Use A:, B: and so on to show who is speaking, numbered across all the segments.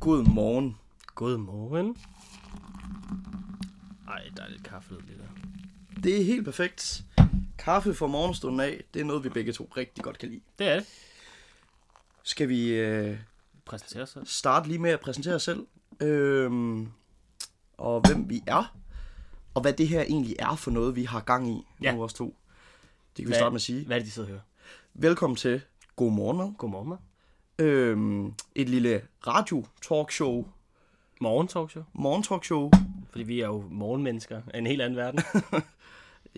A: God morgen.
B: Godmorgen. Ej, der er lidt kaffe ned i det der.
A: Det er helt perfekt. Kaffe fra morgenstunden af, det er noget, vi begge to rigtig godt kan lide.
B: Det er det.
A: Skal vi øh,
B: Præsenterer sig.
A: starte lige med at præsentere os selv? Øhm, og hvem vi er. Og hvad det her egentlig er for noget, vi har gang i
B: Ja.
A: nu os to. Det kan vi starte med at sige.
B: Hvad er det, de sidder og hører?
A: Velkommen til God Morgen Mad.
B: Godmorgen, mad.
A: Øhm, et lille radio-talkshow,
B: Morgen talkshow.
A: morgen-talkshow,
B: Fordi vi er jo morgenmennesker af en helt anden verden.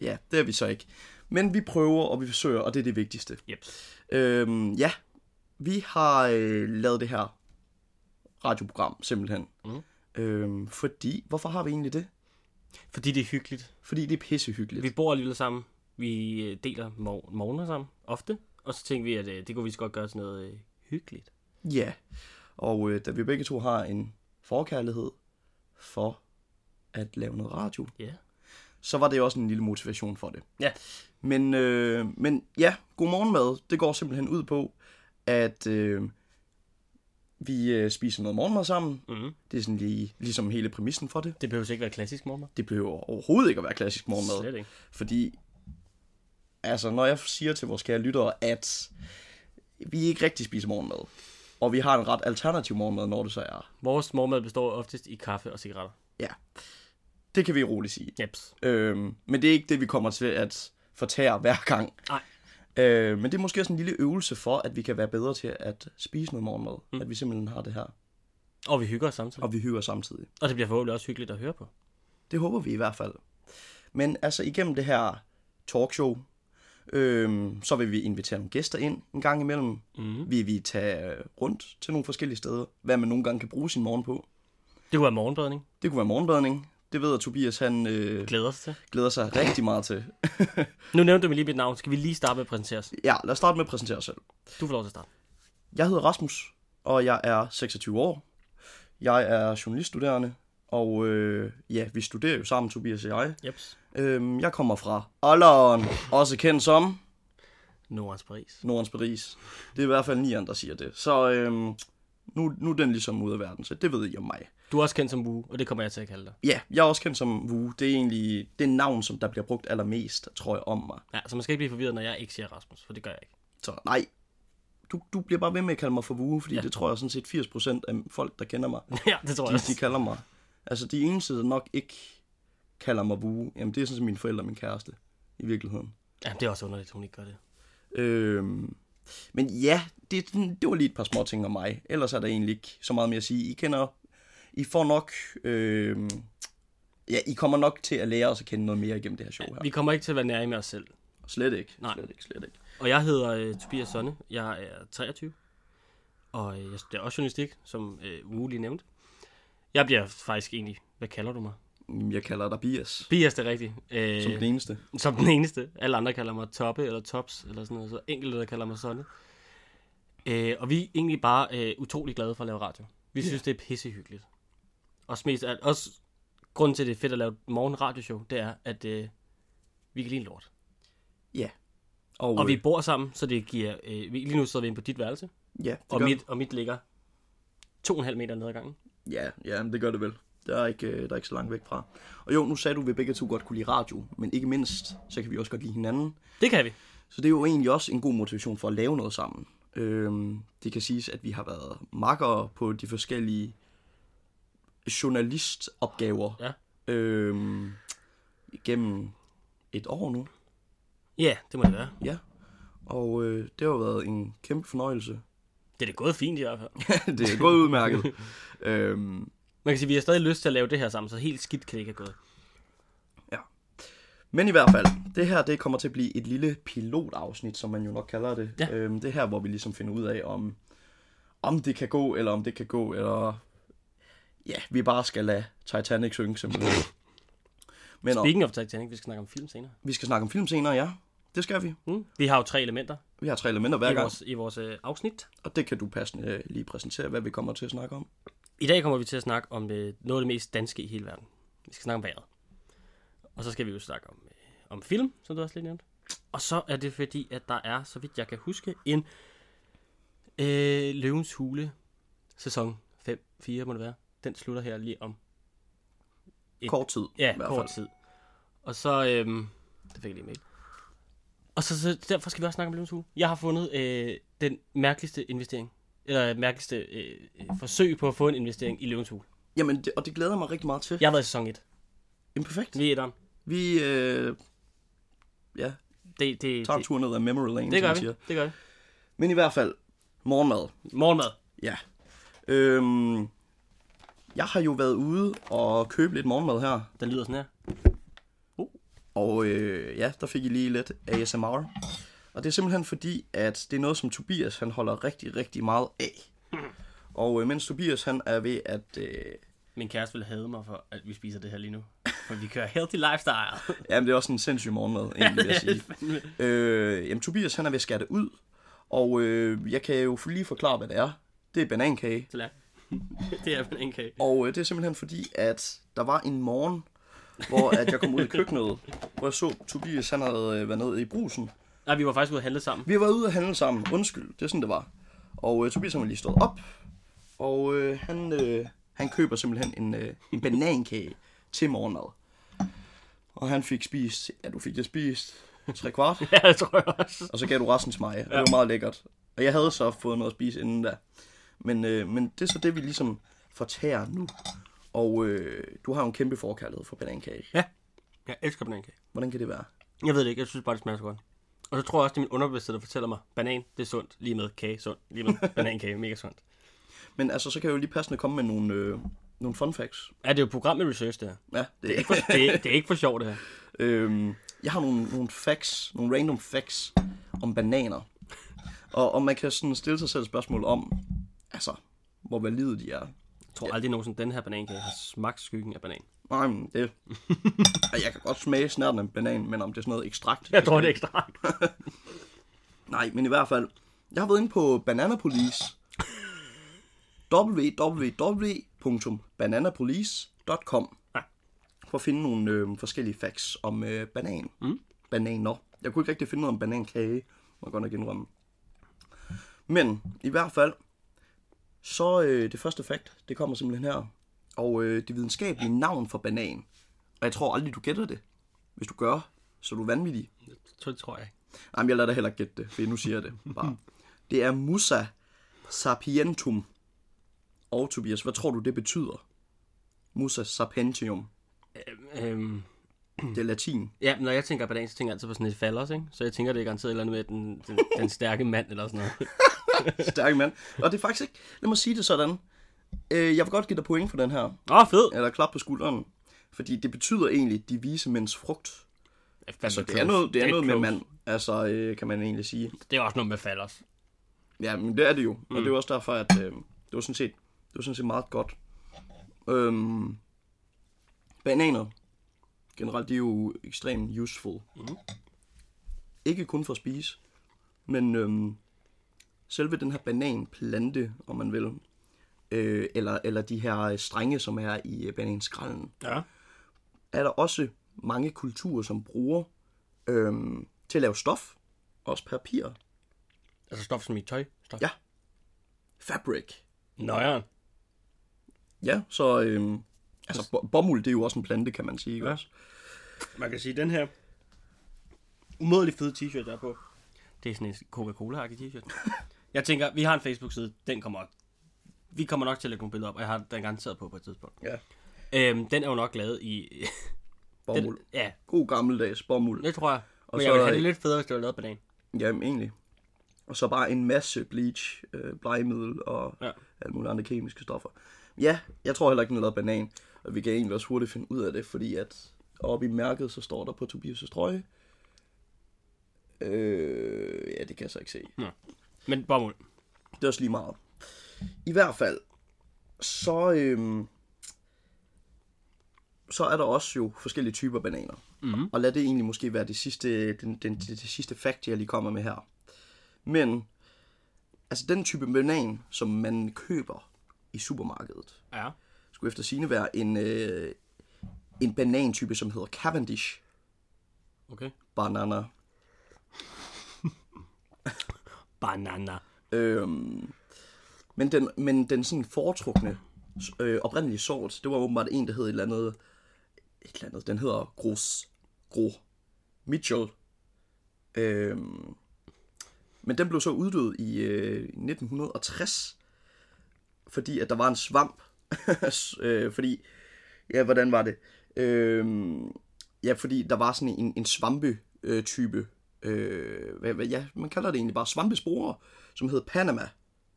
A: Ja, det er vi så ikke. Men vi prøver, og vi forsøger, og det er det vigtigste.
B: yep.
A: Øhm, ja, vi har øh, lavet det her radioprogram, simpelthen.
B: Mm.
A: Øhm, fordi, hvorfor har vi egentlig det?
B: Fordi det er hyggeligt.
A: Fordi det er pissehyggeligt.
B: Vi bor alligevel sammen. Vi øh, deler mor- morgener sammen. Ofte. Og så tænkte vi, at øh, det kunne vi så godt gøre sådan noget øh, hyggeligt.
A: Ja, og øh, da vi begge to har en forkærlighed for at lave noget radio,
B: Ja.
A: så var det også en lille motivation for det.
B: Ja.
A: Men, øh, men ja, godmorgenmad, det går simpelthen ud på, at øh, vi øh, spiser noget morgenmad sammen.
B: Mm.
A: Det er sådan lige, ligesom hele præmissen for det.
B: Det behøver ikke være klassisk morgenmad.
A: Det behøver overhovedet ikke at være klassisk morgenmad.
B: Slet ikke.
A: Fordi, altså, når jeg siger til vores kære lyttere, at vi ikke rigtig spiser morgenmad, og vi har en ret alternativ morgenmad, når det så er,
B: Vores morgenmad består oftest i kaffe og cigaretter.
A: ja, det kan vi roligt sige.
B: Jeps.
A: Øhm, men det er ikke det, vi kommer til at fortære hver gang.
B: Nej.
A: Øh, men det er måske også en lille øvelse for, at vi kan være bedre til at spise noget morgenmad.
B: Mm.
A: Mm. At vi simpelthen har det her,
B: Og vi hygger os samtidig.
A: og vi hygger samtidig.
B: Og det bliver forhåbentlig også hyggeligt at høre på.
A: Det håber vi i hvert fald. Men altså igennem det her talkshow, øhm, så vil vi invitere nogle gæster ind en gang imellem.
B: Mm.
A: Vil vi tage øh, rundt til nogle forskellige steder, hvad man nogle gange kan bruge sin morgen på.
B: Det kunne være morgenbadning.
A: Det kunne være morgenbadning. Det ved jeg, Tobias han øh,
B: Glæder os til.
A: glæder sig rigtig meget til.
B: Nu nævnte du mig lige mit navn. Skal vi lige starte med at præsentere os?
A: Ja, lad os starte med at præsentere os selv.
B: Du får lov til at starte.
A: Jeg hedder Rasmus, og jeg er 26 år. Jeg er journaliststuderende, og øh, ja, vi studerer jo sammen, Tobias og jeg.
B: Jeps.
A: Øhm, jeg kommer fra Olleren, også kendt som...
B: Nordens Paris.
A: Nordens Paris. Det er i hvert fald nieren, der siger det. Så øhm, nu, nu er den ligesom ude af verden, så det ved I om mig.
B: Du er også kendt som Wu, og det kommer jeg til at kalde dig.
A: Ja, jeg er også kendt som Wu. Det er egentlig det navn, som der bliver brugt allermest, tror jeg, om mig.
B: Ja, så man skal ikke blive forvirret, når jeg ikke siger Rasmus, for det gør jeg ikke.
A: Så nej, du, du bliver bare ved med at kalde mig for Wu, fordi
B: Ja.
A: ja. det tror jeg sådan set 80% af folk, der kender mig,
B: ja, det tror jeg
A: de, de
B: også.
A: kalder mig. Altså de eneste, der nok ikke kalder mig Wu, jamen det er sådan set mine forældre og min kæreste, i virkeligheden.
B: Ja, det er også underligt, at hun ikke gør det.
A: Øhm, men ja, det, er sådan- det var lige et par små ting om mig. Ellers er der egentlig ikke så meget mere at sige. I kender, I får nok, øhm, ja, I kommer nok til at lære os at kende noget mere igennem det her show her.
B: Vi kommer ikke til at være nære med os selv.
A: Slet ikke,
B: Nej.
A: slet ikke, slet ikke.
B: Og jeg hedder øh, Tobias Sonne. Jeg er 23. Og øh, jeg studerer også journalistik, som øh, Wu lige nævnte. Jeg bliver faktisk egentlig... Hvad kalder du mig?
A: Jamen, Jeg kalder dig Bias,
B: Tobias, det er rigtigt. Øh,
A: som den eneste.
B: Som den eneste. Alle andre kalder mig Toppe eller Tops eller sådan noget. Så enkelte, der kalder mig Sonne. Øh, og vi er egentlig bare øh, utrolig glade for at lave radio. Vi synes, det er pissehyggeligt. Også, mest, af alt- også grunden til, at det er fedt at lave et morgenradioshow, det er, at øh, vi kan lide en lort.
A: Ja. Og,
B: Og vi
A: øh,
B: bor sammen, så det giver... Øh, vi- lige nu sidder vi inde på dit værelse,
A: øh, ja, det
B: og
A: gør,
B: mit, og mit ligger to og en halv meter ned ad gangen.
A: ja, ja, men det gør det vel. Der er, ikke, øh, der er ikke så langt væk fra. Og jo, nu sagde du, at vi begge to godt kunne lide radio, men ikke mindst, så kan vi også godt lide hinanden.
B: Det kan vi.
A: Så det er jo egentlig også en god motivation for at lave noget sammen. Øhm, det kan siges, at vi har været makker på de forskellige journalistopgaver
B: Ja.
A: øhm, gennem et år nu.
B: Ja, det må det være.
A: Ja. Og øh, det har jo været en kæmpe fornøjelse.
B: Det er det gået fint i hvert fald.
A: det er gået udmærket. øhm,
B: Man kan sige, at vi har stadig lyst til at lave det her sammen, så helt skidt kan det ikke have gået.
A: Men i hvert fald, det her det kommer til at blive et lille pilotafsnit, som man jo nok kalder det.
B: Ja.
A: Øhm, det er her, hvor vi ligesom finder ud af, om, om det kan gå, eller om det kan gå, eller... Ja, vi bare skal lade Titanic synke, simpelthen. Men og,
B: Speaking of Titanic, vi skal snakke om film senere.
A: vi skal snakke om film senere, ja. Det skal vi.
B: Mm. Vi har jo tre elementer
A: Vi har tre elementer hver
B: i
A: gang,
B: vores, i vores øh, afsnit.
A: og det kan du passende øh, lige præsentere, hvad vi kommer til at snakke om.
B: I dag kommer vi til at snakke om øh, noget af det mest danske i hele verden. Vi skal snakke om vejret. Og så skal vi jo snakke om, øh, om film, som du også lige nævnte. Og så er det fordi, at der er, så vidt jeg kan huske, en øh, Løvens Hule sæson 5, 4 må det være. Den slutter her lige om Et-
A: Kort tid.
B: ja,
A: i hvert
B: kort
A: fald.
B: tid. Og så, øhm, det fik jeg lige en mail. Og så, så derfor skal vi også snakke om løvens hule. Jeg har fundet øh, den mærkeligste investering, eller mærkeligste øh, øh, forsøg på at få en investering i løvens hule.
A: Jamen, det, og det glæder jeg mig rigtig meget til. Ja.
B: Jeg har været i sæson 1.
A: Jamen, perfekt.
B: Vi er etteren.
A: Vi øh, ja,
B: Det, det,
A: tager en
B: det,
A: tur ned ad memory lane,
B: det
A: som
B: gør
A: man
B: vi.
A: siger.
B: Det gør vi.
A: Men i hvert fald, morgenmad.
B: Morgenmad.
A: Ja. Øhm, jeg har jo været ude og købe lidt morgenmad her.
B: Den lyder sådan her.
A: Og øh, ja, der fik I lige lidt ASMR. Og det er simpelthen fordi, at det er noget, som Tobias han holder rigtig, rigtig meget af. Og øh, mens Tobias han er ved at... Øh,
B: Min kæreste vil hade mig for, at vi spiser det her lige nu. For vi kører healthy lifestyle.
A: jamen, det er også en sindssyg morgenmad, egentlig, vil jeg sige. Øh, jamen, Tobias han er ved at skære det ud. Og øh, jeg kan jo lige forklare, hvad det er. Det er banankage.
B: Tallerken. det er en kage.
A: Og øh, det er simpelthen fordi, at der var en morgen, hvor at jeg kom ud i køkkenet, hvor jeg så Tobias, han havde øh, været nede i brusen.
B: Nej, vi var faktisk ude at handle sammen.
A: Vi var ude at handle sammen, undskyld, det er sådan, det var. Og øh, Tobias, han var lige stået op, og øh, han, øh, han køber simpelthen en, øh, en banankage til morgenmad. Og han fik spist, ja, du fik det spist, tre kvart,
B: Ja, det tror jeg også.
A: og så gav du resten til mig, og det var meget lækkert. Og jeg havde så fået noget at spise inden da. Men, øh, men det er så det, vi ligesom fortærer nu. Og øh, du har jo en kæmpe forkærlighed for banankage.
B: Ja, jeg elsker banankage.
A: Hvordan kan det være?
B: Jeg ved det ikke, jeg synes bare, det smager så godt. Og så tror jeg også, det er min underbevidsthed, der fortæller mig, banan, det er sundt, lige med kage, sundt, lige med banankage, mega sundt.
A: Men altså, så kan jeg jo lige passende komme med nogle, øh, nogle fun facts.
B: Ja, det er jo program med research, det her.
A: Ja, det er
B: For, det, er- det er ikke for sjovt, det her.
A: Øhm, jeg har nogle, nogle facts, nogle random facts om bananer. Og, og man kan sådan stille sig selv et spørgsmål om, altså, hvor valide de er.
B: Jeg tror aldrig nogensinde, den her banankage har smagt skyggen af banan.
A: Nej, men det... Og jeg kan godt smage snart en banan, men om det er sådan noget ekstrakt.
B: Jeg tror, det er ekstra.
A: Nej, men i hvert fald, jeg har været inde på Bananapolis. www.bananapolis.com
B: Ja.
A: for at finde nogle øh, forskellige facts om øh, banan. Mm. Bananer. Jeg kunne ikke rigtig finde noget om banankage, må jeg godt nok indrømme. Men i hvert fald, så øh, det første fact, det kommer simpelthen her. Og øh, det videnskabelige navn for banan. Og jeg tror aldrig, du gætter det. Hvis du gør, så er du vanvittig.
B: Så det tror jeg ikke.
A: Jamen, jeg lader dig heller ikke gætte det, for nu siger jeg det bare. Det er Musa Sapientum. Og Tobias, hvad tror du, det betyder? Musa Sapientium.
B: Øhm, øhm,
A: Det er latin.
B: ja, når jeg tænker banan, så tænker jeg altid på sådan et falders, ikke? Så jeg tænker, det er garanteret et eller andet med den, den, den stærke mand eller sådan noget.
A: Stærk mand. Og det er faktisk ikke... Lad mig sige det sådan. Øh, jeg vil godt give dig point for den her.
B: Åh, oh, fed!
A: Eller klap på skulderen. Fordi det betyder egentlig de vise mænds frugt. Så Altså, det er noget, det er noget med mand. Altså, øh, kan man egentlig sige.
B: Det er også noget med falders.
A: Ja, men det er det jo. Mm. Og det er jo også derfor, at øh, det, var sådan set, det var sådan set meget godt. Øhm, bananer, generelt, de er jo ekstremt useful. Mm. Ikke kun for at spise, men øhm, selve den her bananplante, om man vil, øh, eller, eller de her strenge, som er i øh, bananskrallen,
B: Ja.
A: er der også mange kulturer, som bruger øhm, til at lave stof, også papir,
B: Altså stof som i tøj. Stof.
A: Ja. fabric,
B: Nøjeren.
A: Ja, så øhm, altså, bo- bomuld, det er jo også en plante, kan man sige. ikke
B: Ja.
A: Også.
B: Man kan sige, den her umådelig fede t-shirt, der er på. Det er sådan en Coca-Cola-agtig t-shirt. jeg tænker, vi har en Facebook-side, den kommer Vi kommer nok til at lægge nogle billeder op, og jeg har den garanteret på på et tidspunkt.
A: Ja.
B: Øhm, den er jo nok lavet i...
A: Bomuld.
B: den, ja,
A: God gammeldags bomuld.
B: det tror jeg. Men
A: så
B: jeg ville
A: er-
B: have det lidt federe, hvis det var lavet af banan.
A: Jamen, egentlig. Og så bare en masse bleach, øh, blegemiddel og ja.
B: Ja.
A: alle mulige andre kemiske stoffer. Ja, jeg tror heller ikke, den er lavet af banan. Og vi kan egentlig også hurtigt finde ud af det, fordi at oppe i mærket, så står der på Tobias' trøje. Øh, ja, det kan jeg så ikke se.
B: Men bomuld.
A: Det er også lige meget. I hvert fald, så, øhm, så er der også jo forskellige typer bananer. Mm-hmm. Og lad det egentlig måske være det sidste, den, den, det, det sidste fact, jeg lige kommer med her. Men, altså den type banan, som man køber i supermarkedet,
B: Ja.
A: skulle efter sigende være en, øh, en banantype, som hedder Cavendish
B: Okay.
A: banana.
B: Banana.
A: Øhm, Men den, men den sådan foretrukne øh, oprindelige sort, det var åbenbart en, der hed et eller andet... Et eller andet. Den hedder Gros... Gro... Mitchell. Øhm, men den blev så uddød i øh, 1960, fordi at der var en svamp. øh, fordi... Ja, hvordan var det? Øhm, ja, fordi der var sådan en, en svampe-type. Øh, hvad, hvad, ja, man kalder det egentlig bare svampesporer, som hed Panama.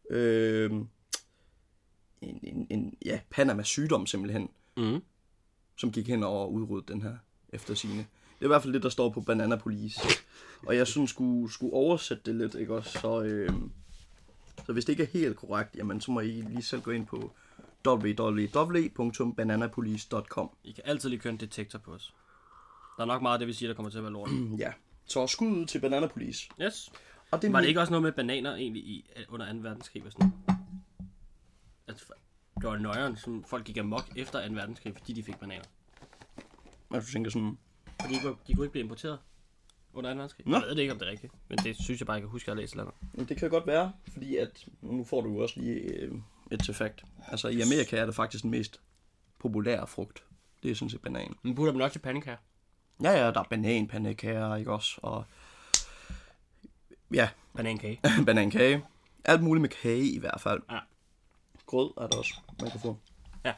A: Øh, en, en, en, ja, Panama-sygdom simpelthen,
B: Mm.
A: som gik hen og udryddede den her efter sine. Det er i hvert fald det, der står på Banana Police. Og jeg synes, skulle, skulle oversætte det lidt, ikke også? Så, øh, så hvis det ikke er helt korrekt, jamen så må I lige selv gå ind på www.bananapolice.com.
B: I kan altid lige køre en detektor på os. Der er nok meget af det, vi siger, der kommer til at være lort.
A: Ja, så skud ud til Banana Police.
B: Yes.
A: Og det er
B: Var det
A: min-
B: ikke også noget med bananer egentlig i, øh, under 2. verdenskrig og sådan noget? Altså, det var nøjeren, som folk gik amok efter 2. verdenskrig, fordi de fik bananer.
A: Altså, du tænker sådan,
B: Fordi de kunne, de kunne ikke blive importeret under 2. verdenskrig.
A: Nå.
B: Jeg ved det ikke, om det er rigtigt, men det synes jeg bare, jeg kan huske, at jeg har læst eller andet.
A: "Men det kan godt være, fordi at, nu får du jo også lige øh, et til fakt. Altså, i Amerika er det faktisk den mest populære frugt. Det er sådan set banan.
B: Men putter dem nok til pandekager.
A: Ja, ja, der er bananpandekager, ikke også? Og ja,
B: Banankage.
A: banankage. Alt muligt med kage i hvert fald.
B: Ja.
A: Grød er der også, man kan få.
B: Ja.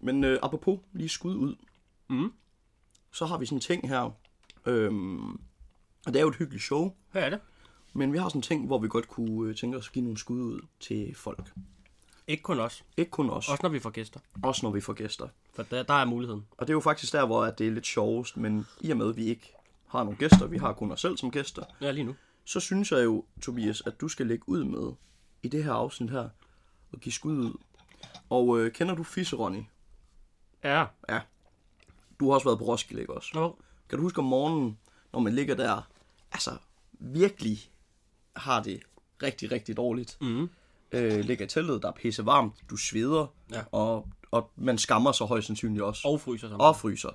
A: Men øh, apropos lige skud ud,
B: Mm.
A: så har vi sådan en ting her. Øhm, og det er jo et hyggeligt show,
B: Hvad er det?
A: men vi har sådan en ting, hvor vi godt kunne øh, tænke os at give nogle skud ud til folk.
B: Ikke kun os.
A: Ikke kun os,
B: Også når vi får gæster.
A: også når vi får gæster.
B: For der, der er muligheden.
A: Og det er jo faktisk der, hvor at det er lidt sjovest, men i og med, at vi ikke har nogle gæster, vi har kun os selv som gæster,
B: Ja, lige nu.
A: så synes jeg jo, Tobias, at du skal lægge ud med i det her afsnit her, og give skud ud. Og øh, kender du Fisse, Ronny?
B: Ja.
A: Ja. Du har også været på Roskilde, ikke også?
B: Nå.
A: Kan du huske om morgenen, når man ligger der, altså virkelig har det rigtig, rigtig dårligt.
B: Mhm.
A: Øh, ligger i teltet, der er pisse varmt, du sveder,
B: Ja.
A: og, og man skammer sig højst sandsynligt også
B: Og fryser sammen.
A: og fryser.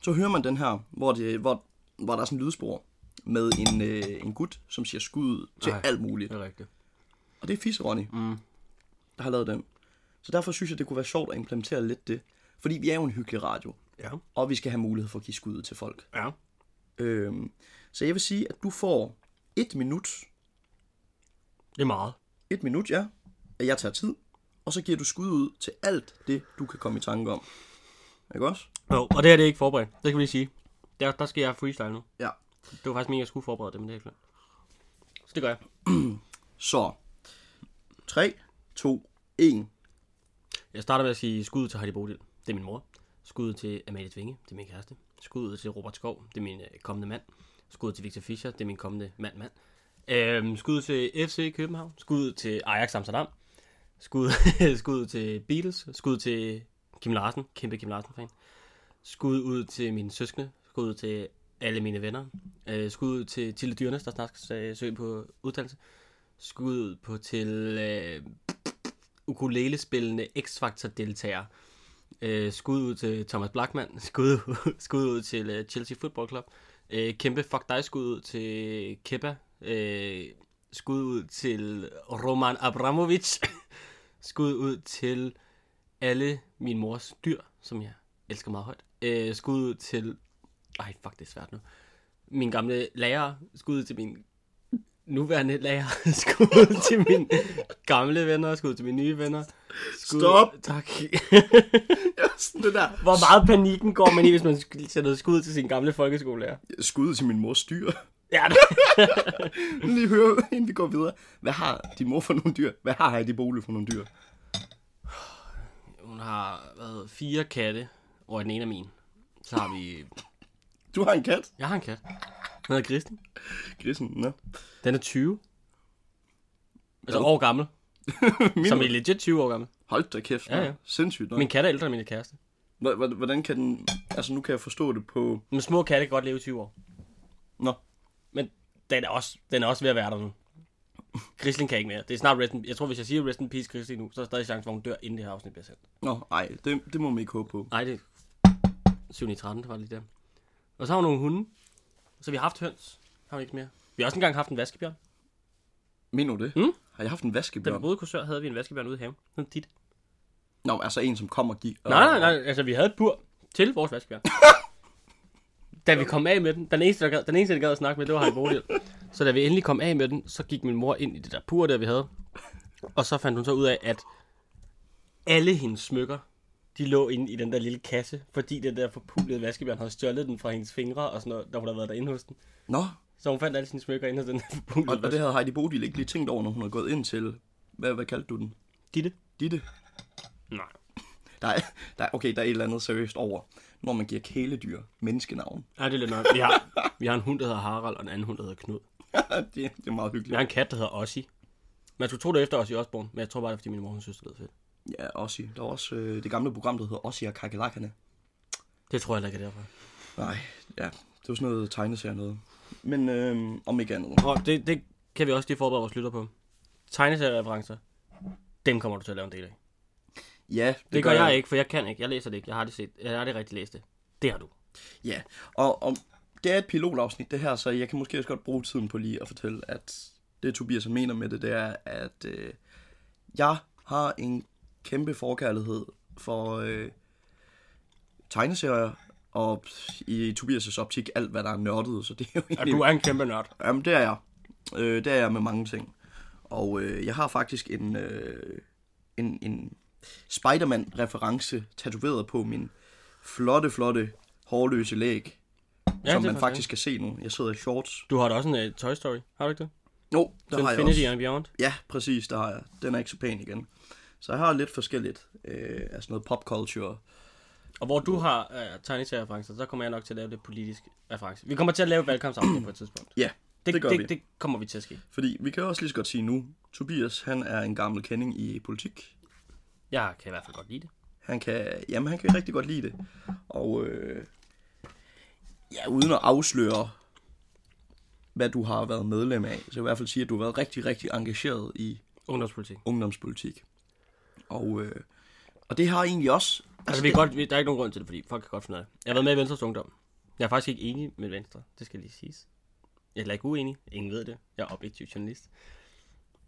A: Så hører man den her, hvor, det, hvor, hvor der er sådan en lydspor med en, øh, en gut, som siger skud til
B: Ej.
A: Ej. alt muligt.
B: Det er rigtigt.
A: Og det er Fisse Ronny,
B: Mm.
A: der har lavet den. Så derfor synes jeg, det kunne være sjovt at implementere lidt det. Fordi vi er jo en hyggelig radio,
B: Ja.
A: og vi skal have mulighed for at give skud til folk.
B: Ja.
A: Øhm, så jeg vil sige, at du får et minut.
B: Det er meget.
A: Et minut, ja. At jeg tager tid. Og så giver du skud ud til alt det, du kan komme i tanke om. Ikke også?
B: Jo, og det her det er ikke forberedt. Det kan vi lige sige. Der, der skal jeg freestyle nu.
A: Ja.
B: Det var faktisk meningen, jeg skulle forberede det, men det er ikke Så det gør jeg.
A: Så. 3, 2, 1.
B: Jeg starter med at sige skud til Heidi Bodil. Det er min mor. Skud til Amalie Tvinge. Det er min kæreste. Skud til Robert Skov. Det er min øh, kommende mand. Skud til Victor Fischer. Det er min kommende mand, mand. Øhm, skud til FC København. Skud til Ajax Amsterdam. Skud, skud til Beatles. Skud til Kim Larsen. Kæmpe Kim Larsen-fan. Skud ud til mine søskende. Skud til alle mine venner. Øh, skud ud til Tilde Dyrnes, der snart skal øh, søge på uddannelse. Skud ud på til øh, ukulelespillende X-Factor-deltager. Øh, skud ud til Thomas Blackman. Skud, ud- skud ud til øh, Chelsea Football Club. Øh, kæmpe fuck dig skud ud til Kepa. Øh, skud ud til Roman Abramovic. skud ud til alle min mors dyr, som jeg elsker meget højt. Øh, skud ud til... Ej, fuck, det er svært nu. Min gamle lærer. Skud ud til min nuværende lærer. Skud ud til mine gamle venner. Skud ud til mine nye venner. Skud...
A: Stop.
B: Tak.
A: det der.
B: Hvor meget panikken går man i, hvis man sk- sender skud til sin gamle folkeskolelærer?
A: skud til min mors dyr.
B: Ja,
A: Lige høre, inden vi går videre. Hvad har din mor for nogle dyr? Hvad har Heidi Bole for nogle dyr?
B: Hun har været fire katte, og den ene er min. Så har vi...
A: Du har en kat.
B: Jeg har en kat. Den hedder Kristen.
A: Grisen, nå.
B: Den er 20. Altså
A: Hvad?
B: år gammel.
A: Min,
B: Som er legit 20 år gammel.
A: Hold da kæft,
B: Ja,
A: mand.
B: ja.
A: Sindssygt nok.
B: Min kat er ældre end min kæreste.
A: H- h- Hvordan kan den... Altså, nu kan jeg forstå det på...
B: Men små katte kan godt leve i 20 år.
A: Nå.
B: Men den er også, den er også ved at være der nu. Grisling kan ikke mere. Det er snart rest in, Jeg tror, hvis jeg siger rest in peace Grisling nu, så er der stadig chance, for at hun dør, inden det her afsnit bliver sendt.
A: Nå, ej, det, det må man ikke håbe på.
B: Nej, det er 7 i 13, det var lige der. Og så har hun nogle hunde. Så vi har haft høns. Har vi ikke mere. Vi har også engang haft en vaskebjørn.
A: Mener du det?
B: Mm.
A: Har jeg haft en
B: Da vi
A: vaskebjørn?
B: boede i Korsør, havde vi en vaskebjørn ude i haven. Sådan dit.
A: Nå, altså en, som kommer og giver...
B: Nej, nej, nej. Altså, vi havde et bur til vores vaskebjørn. da vi kom af med den, den eneste, der gad, den eneste, der gad at snakke med, det var Harry Bodil. Så da vi endelig kom af med den, så gik min mor ind i det der bur, der vi havde. Og så fandt hun så ud af, at alle hendes smykker, de lå inde i den der lille kasse, fordi den der forpulede vaskebjørn havde stjålet den fra hendes fingre og sådan noget, da hun havde været derinde hos den.
A: Nå,
B: Så hun fandt alle sine smykker inde hos den der
A: og,
B: forpulede
A: og det
B: vaskebjørn.
A: havde Heidi Bodil ikke lige tænkt over, når hun havde gået ind til... Hvad, hvad kaldte du den?
B: Ditte?
A: Ditte?
B: Nej.
A: Der er, der er, okay, der er et eller andet seriøst over, når man giver kæledyr menneskenavn.
B: Ja, det er lidt nok. Vi har, vi har en hund, der hedder Harald, og en anden hund, der hedder Knud.
A: det, det er meget
B: Vi
A: hyggeligt.
B: har en kat, der hedder Ossi. Man skulle tro det var efter Ossi Osborn, men jeg tror bare, det er, fordi min mor hun synes, det lød fedt.
A: Ja, Ossi. Der var også øh, det gamle program, der hedder Ossi og Kakelakkerne.
B: Det tror jeg heller ikke er derfor.
A: Nej, ja. Det var sådan noget tegneserie noget. Men øh, om ikke andet.
B: Og det, det kan vi også lige forberede vores lytter på. Tegneseriereferencer. Dem kommer du til at lave en del af. Det,
A: Ja, det,
B: det gør jeg, jeg ikke, for jeg kan ikke. Jeg læser det ikke. Jeg har det set. Jeg har det rigtig læst det. Det har du.
A: Ja, og, og det er et pilotafsnit det her, så jeg kan måske også godt bruge tiden på lige at fortælle, at det Tobias mener med det, det er, at øh, jeg har en kæmpe forkærlighed for øh, tegneserier, og i Tobias' optik alt, hvad der er nørdet, så det er jo
B: Og
A: egentlig...
B: du er en kæmpe nørd.
A: Jamen, det er jeg. Øh, det er jeg med mange ting. Og øh, jeg har faktisk en, øh, en, en Spider-Man-reference tatoveret på min flotte, flotte, hårløse læg, ja, som
B: det er
A: man faktisk kan se nu. Jeg sidder i shorts.
B: Du har da også en uh, Toy Story, har du ikke det?
A: Jo, oh, der
B: Til
A: har jeg
B: Infinity
A: også.
B: and Beyond.
A: Ja, præcis, der har jeg. Den er ikke så pæn igen. Så jeg har lidt forskelligt øh, af sådan noget popculture.
B: Og hvor du har uh, tegneseriereferencer, så kommer jeg nok til at lave det politiske reference. Vi kommer til at lave valgkampsafsnit på et tidspunkt.
A: Ja, det, det gør
B: det,
A: vi.
B: det kommer vi til at ske.
A: Fordi vi kan også lige så godt sige nu, Tobias, han er en gammel kending i politik.
B: Jeg kan i hvert fald godt lide det.
A: Han kan, jamen, han kan rigtig godt lide det. Og øh, ja, uden at afsløre, hvad du har været medlem af, så vil jeg i hvert fald sige, at du har været rigtig, rigtig engageret i
B: Ungdomspolitik.
A: ungdomspolitik. Og, øh, og det har egentlig også...
B: Altså, vi er godt, vi, der er ikke nogen grund til det, fordi folk kan godt finde ud af det. Jeg har været med i Venstres Ungdom. Jeg er faktisk ikke enig med Venstre, det skal lige siges. Jeg er heller ikke uenig, ingen ved det. Jeg er objektiv journalist.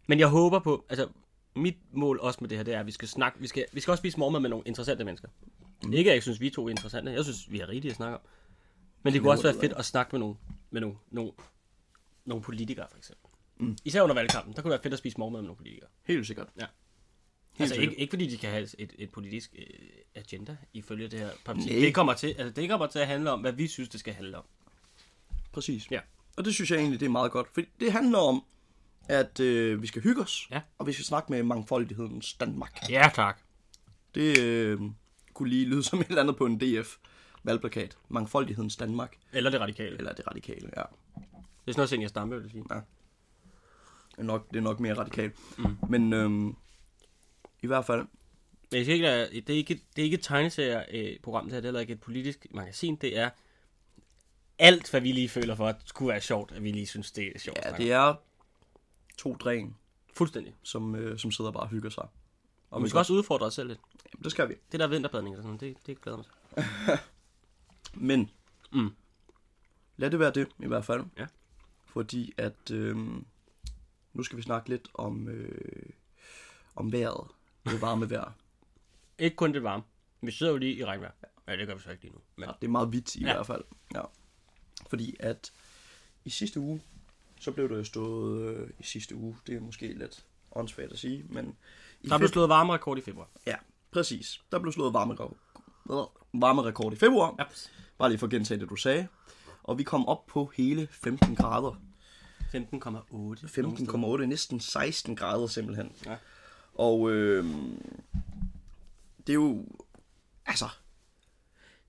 B: Men jeg håber på, altså mit mål også med det her, det er, at vi skal snakke, vi skal, vi skal også spise morgenmad med nogle interessante mennesker. Mm. Ikke at jeg synes, vi to er interessante, jeg synes, vi har rigeligt at snakke om. Men det kunne
A: Nå,
B: også være
A: det ved
B: fedt at snakke med nogle, med nogle, nogle, nogle politikere, for eksempel. Mm. Især under valgkampen, der kunne det være fedt at spise morgenmad med nogle politikere.
A: Helt sikkert.
B: Ja. Altså
A: sikkert.
B: ikke, ikke fordi de kan have et, et politisk øh, agenda ifølge det her parti.
A: Nej.
B: Det kommer, til, altså, det kommer til at handle om, hvad vi synes, det skal handle om.
A: Præcis.
B: Ja.
A: Og det synes jeg egentlig, det er meget godt. For det handler om, at øh, vi skal hygge os,
B: Ja.
A: og vi skal snakke med mangfoldighedens Danmark.
B: Ja, tak.
A: Det øh, kunne lige lyde som et eller andet på en DF-valgplakat. Mangfoldighedens Danmark,
B: Eller det radikale. Det
A: eller det radikale, ja.
B: er sådan noget, Senja Stampe vil sige.
A: Det er nok, det er nok mere radikalt. Mm. Men øhm, i hvert fald,
B: Men jeg skal ikke, lade- det er ikke, det er ikke et tegneserieprogram, det her. Det er heller ikke et politisk magasin. Det er alt, hvad vi lige føler for, at det skulle være sjovt, at vi lige synes, det er sjovt.
A: ja,
B: at snakke
A: det er to dræn,
B: om. Fuldstændig.
A: som, øh, som sidder bare og hygger sig.
B: Og vi skal også udfordre os selv lidt.
A: Jamen, det skal vi.
B: Det der vinterbadning og sådan noget, det, det glæder mig til.
A: Men
B: Mm.
A: lad det være det, i hvert fald.
B: Ja.
A: Fordi at øhm, nu skal vi snakke lidt om, øh, om vejret. Det varme vejr.
B: Ikke kun det varme. Vi sidder jo lige i regnvejr. Ja, det gør vi så ikke lige nu. Men
A: Ja, det er meget hvidt i
B: Ja.
A: ja. hvert fald. Ja. Fordi at i sidste uge, så blev der jo stået øh, i sidste uge, det er måske lidt åndssvagt at sige, men i
B: der blev
A: feb-
B: slået varmerekord i februar.
A: Ja, præcis. Der blev slået varmerekord, varmerekord i februar. Ja. Bare lige for at gentage det, du sagde. Og vi kom op på hele 15 grader.
B: 15,8.
A: 15,8, næsten 16 grader simpelthen.
B: Ja.
A: Og øh, det er jo, altså,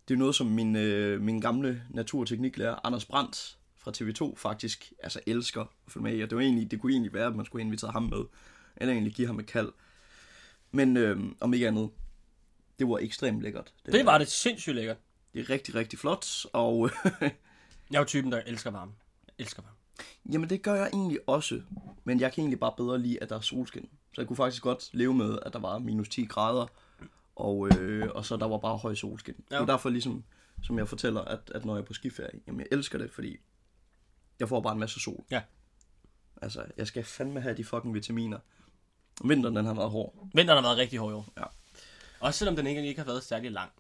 A: det er jo noget, som min, øh, min gamle naturtekniklærer Anders Brandt fra TV2 faktisk altså elsker at følge med i. Og det, var egentlig, det kunne egentlig være, at man skulle have inviteret ham med, eller egentlig give ham et kald. Men øh, om ikke andet, det var ekstremt lækkert.
B: Det var det sindssygt lækkert.
A: Det er rigtig, rigtig flot, og øh,
B: Jeg er jo typen, der elsker varme. Jeg elsker varme.
A: Jamen det gør jeg egentlig også, men jeg kan egentlig bare bedre lide, at der er solskin. Så jeg kunne faktisk godt leve med, at der var minus 10 grader, og, øh, og så der var bare høj solskin. Ja. Det er derfor ligesom, som jeg fortæller, at, at når jeg er på skiferie, jamen jeg elsker det, fordi jeg får bare en masse sol.
B: Ja.
A: Altså, jeg skal fandme have de fucking vitaminer. Vinteren, den har været hård.
B: Vinteren har været rigtig hård i år.
A: Ja.
B: Også selvom den ikke, ikke har været særlig lang.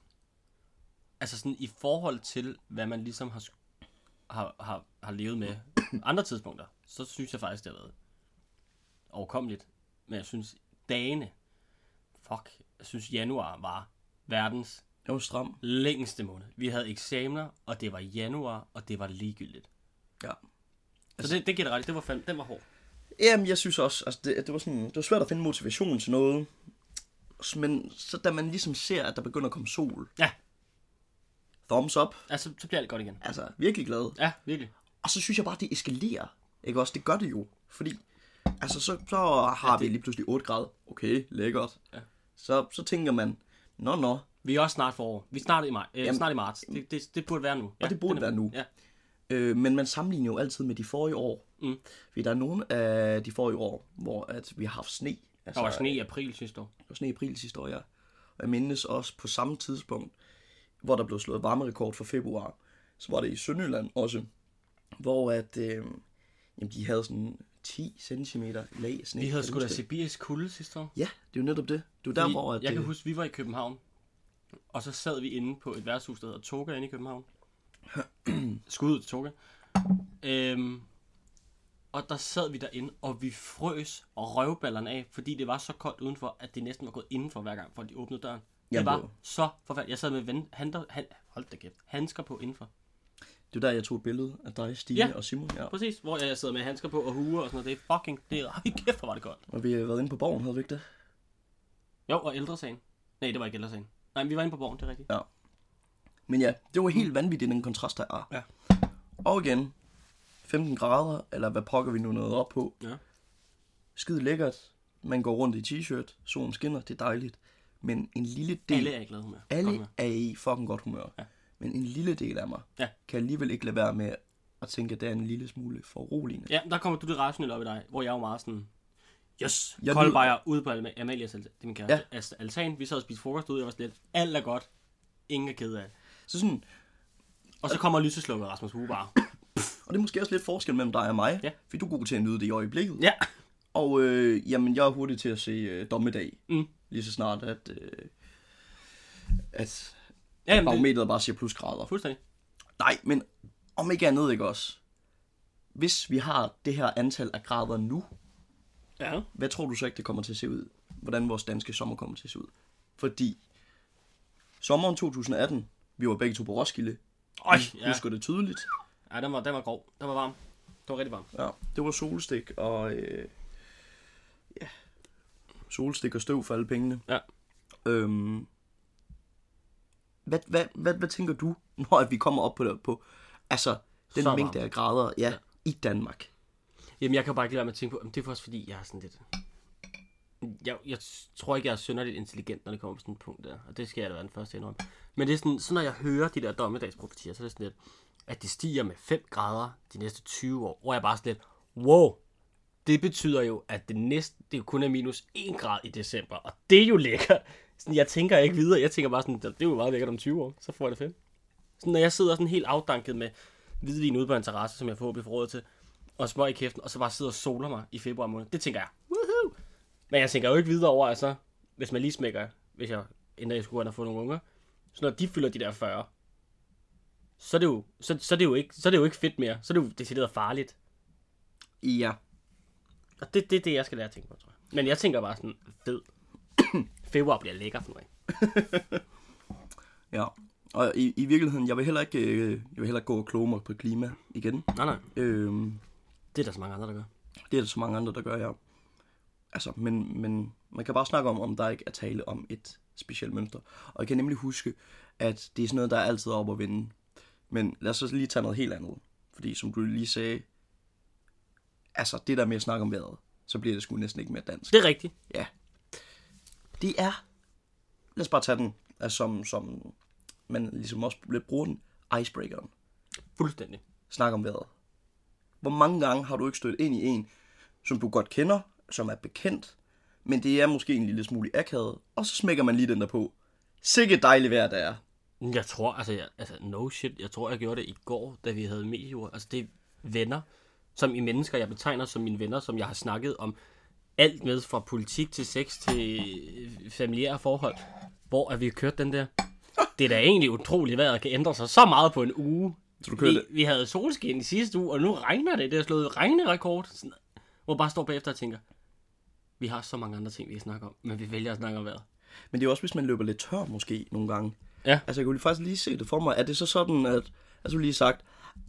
B: Altså sådan i forhold til, hvad man ligesom har, sku- har, har, har levet med andre tidspunkter, så synes jeg faktisk, det har været overkommeligt. Men jeg synes, dagene, fuck, jeg synes januar var verdens
A: Jeg var stram.
B: længste måned. Vi havde eksamener, og det var januar, og det var ligegyldigt.
A: Ja.
B: Så det, det giver det ret. i. Det var fandme, den var hård.
A: Jamen, jeg synes også, altså det, det, var sådan, det var svært at finde motivation til noget. Men så da man ligesom ser, at der begynder at komme sol,
B: Ja,
A: thumbs up,
B: altså så bliver alt godt igen.
A: altså virkelig glad.
B: Ja, virkelig.
A: Og så synes jeg bare, det eskalerer. Ikke også? Det gør det jo. Fordi, altså så, så har ja, det... vi lige pludselig 8 grader. Okay, lækkert.
B: Ja.
A: Så, så tænker man, nå nå,
B: Vi er også snart forår. Vi er snart i, maj, øh,
A: Jamen-
B: snart i marts. Det, det, det burde være nu. Ja,
A: det burde
B: den er-
A: være nu.
B: Ja.
A: Øh, men man sammenligner jo altid med de forrige år.
B: Mm.
A: Fordi der er nogle af de forrige år, hvor at vi har haft sne.
B: Der
A: Altså,
B: var sne i april sidste år.
A: Der var sne i april sidste år, ja. Og jeg mindes også på samme tidspunkt, hvor der blev slået varmerekord for februar, så var det i Sønderjylland også, hvor at, øh, jamen, de havde sådan 10 cm lag af sne.
B: Vi havde
A: Kan
B: sgu
A: du
B: da
A: huske det?
B: Sibirisk kulde sidste år.
A: Ja, det er jo netop det. Det er jo der, hvor... At,
B: jeg kan
A: øh,
B: huske, vi var i København, og så sad vi inde på et værtshus, der hedder Toga inde i København. Skud ud til Toga. Øhm, og der sad vi derinde, og vi frøs og røvballerne af, fordi det var så koldt udenfor, at det næsten var gået indenfor hver gang, for de åbnede døren. Det
A: Jamen, det
B: var
A: var-
B: så forfærdeligt. Jeg sad med ven, handler, han, hold da kæft, handsker på indenfor.
A: Det er der, jeg tog et billede af dig, Stine
B: Ja.
A: ja. og Simon. Ja.
B: Præcis, hvor jeg sidder med handsker på og huer og sådan noget. Det er fucking, det er, hold kæft, hvor var det koldt.
A: Og vi har været inde på borgen, havde vi ikke det?
B: Jo, og ældresagen. Nej, det var ikke ældresagen. Nej, men vi var inde på borgen, det er rigtigt.
A: Men ja, det var helt vanvittigt, den kontrast, der er.
B: Mm. Ja.
A: Og igen, 15 grader, eller hvad pokker vi nu noget op på.
B: Ja.
A: Skide lækkert. Man går rundt i t-shirt, solen skinner, det er dejligt. Men en lille del...
B: Alle er i glad humør.
A: alle
B: Godt humør.
A: er i fucking godt humør.
B: Ja.
A: Men en lille del af mig
B: Ja.
A: kan alligevel ikke lade være med at tænke, at det er en lille smule foruroligende.
B: Ja, der kommer du det rationelle op i dig, hvor jeg er jo meget sådan... Yes,
A: Jeg
B: jeg kolde
A: lyder-
B: bajer ude på Alma- Amalias altan. Det er min kæreste. Ja. Altså, altan, vi sad og spiste frokost ude, jeg var sådan lidt, alt er godt. Ingen er ked af det.
A: Så sådan,
B: Og så kommer lyseslukket Rasmus Hue bare.
A: og det er måske også lidt forskel mellem dig og mig,
B: Ja.
A: for du er god til at nyde det i øjeblikket.
B: Ja,
A: Og øh, jamen, jeg er hurtig til at se øh, dommedag,
B: Mm.
A: lige så snart, at, øh, at
B: ja jamen, det
A: barometeret bare siger plusgrader.
B: er fuldstændig.
A: Nej, men om ikke andet, ikke også? Hvis vi har det her antal af grader nu,
B: Ja.
A: hvad tror du så ikke, det kommer til at se ud? Hvordan vores danske sommer kommer til at se ud? Fordi sommeren 2018, vi var begge to på Roskilde.
B: Øj,
A: ja.
B: ja.
A: Husker det tydeligt.
B: ja den, var, den var grov. Den var varm. Den var rigtig varm.
A: Ja, det var solstik og... Øh, ja, solstik og støv for alle pengene.
B: Ja.
A: Øhm, hvad, hvad, hvad, hvad tænker du, når at vi kommer op på, det, på altså, den
B: Så
A: så
B: varmt.
A: mængde af grader ja, ja. i Danmark?
B: Jamen, jeg kan bare ikke lade være med at tænke på, men det er også fordi, jeg er sådan lidt... Jeg, jeg tror ikke, jeg er synderligt intelligent, når det kommer til sådan et punkt der. Og det skal jeg da være den første indrømme. Men det er sådan, så når jeg hører de der dommedagsprofetier, så er det sådan lidt, at det stiger med 5 grader de næste 20 år. Hvor jeg bare er sådan lidt, wow, det betyder jo, at det næste, det jo kun er minus 1 grad i december. Og det er jo lækkert. Sådan, jeg tænker ikke videre. Jeg tænker bare sådan, det er jo meget lækkert om 20 år. Så får jeg det fedt. Sådan, når jeg sidder sådan helt afdanket med hvidvin ude på en terrasse, som jeg forhåbentlig får råd til, og smøg i kæften, og så bare sidder og soler mig i februar måned. Det tænker jeg. Woohoo! Men jeg tænker jo ikke videre over, altså, hvis man lige smækker, hvis jeg ender i skulle og få nogle unger, så når de fylder de der 40, så er det jo, så, så er det jo, ikke, så er det jo ikke fedt mere. Så er det jo decideret farligt.
A: Ja.
B: Og det er det, er det, jeg skal lære at tænke på, tror jeg. Men jeg tænker bare sådan, fed. februar bliver lækker for mig.
A: Ja, og i, i virkeligheden, jeg vil heller ikke, øh, jeg vil heller ikke gå og kloge mig på klima igen.
B: Nej, nej.
A: Øh,
B: Det er der så mange andre, der gør.
A: det er der så mange andre, der gør, ja. Altså, men, men man kan bare snakke om, om der ikke er tale om et specielt mønster. Og jeg kan nemlig huske, at det er sådan noget, der er altid op at vinde. Men lad os så lige tage noget helt andet. Fordi som du lige sagde, altså det der med at snakke om vejret, så bliver det sgu næsten ikke mere dansk.
B: Det er rigtigt.
A: Ja. Det er, lad os bare tage den, altså, som, som man ligesom også lidt bruger den, icebreakeren
B: Fuldstændig.
A: snak om vejret. Hvor mange gange har du ikke stødt ind i en, som du godt kender, som er bekendt, men det er måske en lille smule akavet, og så smækker man lige den der på. Sikke dejligt vejr, der er.
B: Jeg tror, altså, jeg, altså no shit, jeg tror, jeg gjorde det i går, da vi havde mediejord. Altså, det er venner, som i mennesker, jeg betegner som mine venner, som jeg har snakket om alt med, fra politik til sex til øh, familiære forhold, hvor at vi har kørt den der. Det er da egentlig utroligt, hvad der kan ændre sig så meget på en uge.
A: Så du kører
B: Vi,
A: det?
B: vi havde solskin i sidste uge, og nu regner det. Det har slået regnerekord. Sådan, Hvor jeg bare står bagefter og tænker, vi har så mange andre ting, vi kan snakke om, men vi vælger at snakke om vejret.
A: Men det er jo også, hvis man løber lidt tør måske nogle gange.
B: Ja.
A: Altså, jeg kunne faktisk lige se det for mig. Er det så sådan, at, at du lige har sagt,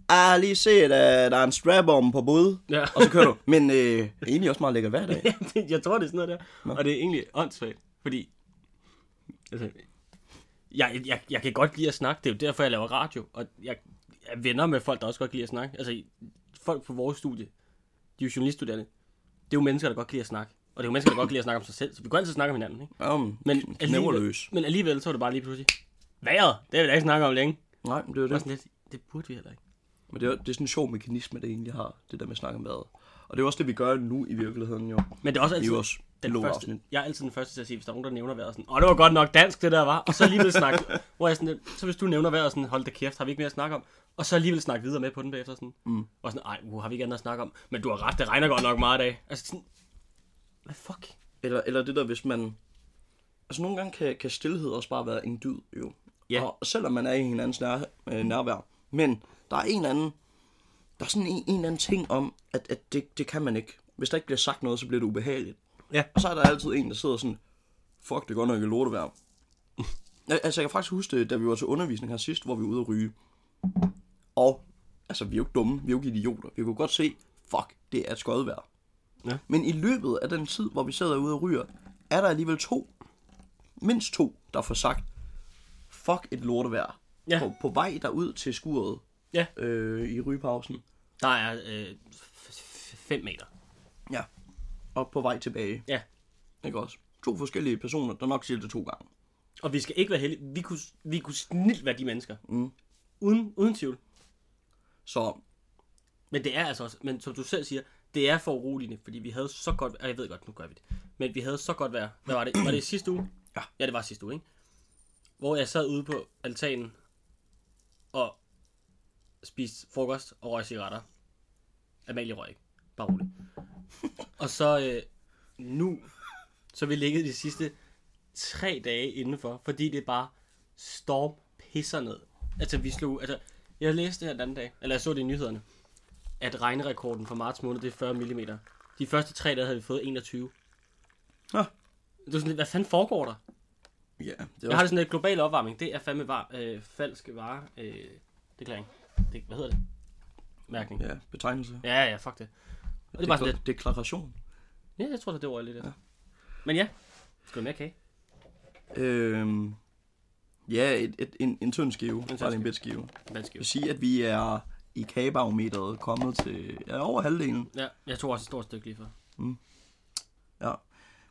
A: jeg har lige set, at øh, der er en strap om på bud.
B: Ja.
A: Og så kører du. Men øh, egentlig også meget lækkert hver dag.
B: Ja, det- jeg tror, det er sådan noget der. Og det er egentlig åndssvagt, fordi... Altså, jeg, jeg, jeg kan godt lide at snakke, det er jo derfor, jeg laver radio, og jeg er venner med folk, der også godt kan lide at snakke. Altså, folk på vores studie, de er jo journaliststuderende, det er jo mennesker, der godt kan lide at snakke. Og det er jo mennesker, der godt kan lide at snakke om sig selv, så vi kan altid snakke om hinanden, ikke?
A: Um,
B: Men alligevel,
A: knæverløs.
B: men alligevel så er det bare lige pludselig, vejret, det vil jeg ikke snakke om længe.
A: Nej, men det er jo
B: Det,
A: det.
B: sådan lidt, det burde vi heller ikke.
A: Men det er, det er sådan en sjov mekanisme, det egentlig har, det der med at snakke om vejret. Og det er også det, vi gør nu i virkeligheden jo.
B: Men det er også
A: Det er
B: altid,
A: jo også
B: den
A: pilotafsnit.
B: første, jeg er altid den første til at sige, hvis der er nogen, der nævner vejret sådan, åh, det var godt nok dansk, det der var, og så alligevel snakke, hvor jeg sådan, lidt, så hvis du nævner vejret sådan, hold da kæft, har vi ikke mere at snakke om, og så alligevel snakke videre med på den bagefter sådan, mm. og sådan, ej, uh, har vi ikke andet at snakke om, men du har ret, det regner godt nok meget i dag, altså sådan, hvad fuck,
A: Eller, eller det der, hvis man... Altså nogle gange kan, kan stillhed også bare være en dyd, jo.
B: Ja.
A: Og selvom man er i hinandens nær, øh, nærvær. Men der er en eller anden... Der er sådan en, en eller anden ting om, at, at det, det kan man ikke. Hvis der ikke bliver sagt noget, så bliver det ubehageligt.
B: Ja.
A: Og så er der altid en, der sidder sådan... Fuck, det går nok i lortevejr. Ja, altså, jeg kan faktisk huske det, da vi var til undervisning her sidst, hvor vi var ude at ryge. Og, altså, vi er jo ikke dumme, vi er jo ikke idioter. Vi kunne godt se, fuck, det er et skodvejr.
B: Ja.
A: Men i løbet af den tid, hvor vi sidder ude og ryger, er der alligevel to, mindst to, der får sagt, fuck et lortevejr.
B: Ja.
A: På, på vej derud til skuret
B: ja,
A: øh, i rygepausen.
B: der er 5 øh, meter,
A: Ja. Og på vej tilbage.
B: ja,
A: Ikke også? To forskellige personer, der nok siger det to gange.
B: og vi skal ikke være heldige, vi kunne, vi kunne snilt være de mennesker, mm. uden, uden tvivl,
A: Så
B: Men det er altså også, men som du selv siger, det er for uroligende, fordi vi havde så godt, og jeg ved godt, nu gør vi det, men vi havde så godt vejr. Hvad var det? Var det sidste uge?
A: Ja.
B: Ja, det var sidste uge, ikke? Hvor jeg sad ude på altanen og spiste frokost og røg cigaretter. Amalie røg ikke. Bare roligt. og så øh, nu, så er vi ligget de sidste tre dage indenfor, fordi det bare storm pisser ned. Altså, vi slog, altså, jeg læste det her den anden dag, eller jeg så det i nyhederne, at regnerekorden for marts måned, det er 40 mm. De første tre dage havde vi fået 21.
A: Nå.
B: Du er sådan lidt, hvad fanden foregår der?
A: ja, det er
B: Jeg har
A: også,
B: det sådan, at global opvarmning, det er fandme var, øh, falsk vare. Øh, det klaring. Det, hvad hedder det? Mærkning. Ja,
A: ja, betegnelse. Ja,
B: ja, ja fuck det. Og det er bare sådan lidt,
A: Deklaration.
B: ja, jeg tror, det er det ord, jeg lidt ja. Men ja, skal du have mere kage?
A: Øhm, ja, et, et, en, en tynd skive. En bare
B: skive.
A: en bedt skive.
B: Hvad
A: Jeg
B: skal
A: vil
B: vi?
A: sige, at vi er i kagebarometeret kommet til ja, over halvdelen.
B: Ja, jeg tog også et stort stykke lige før.
A: Ja.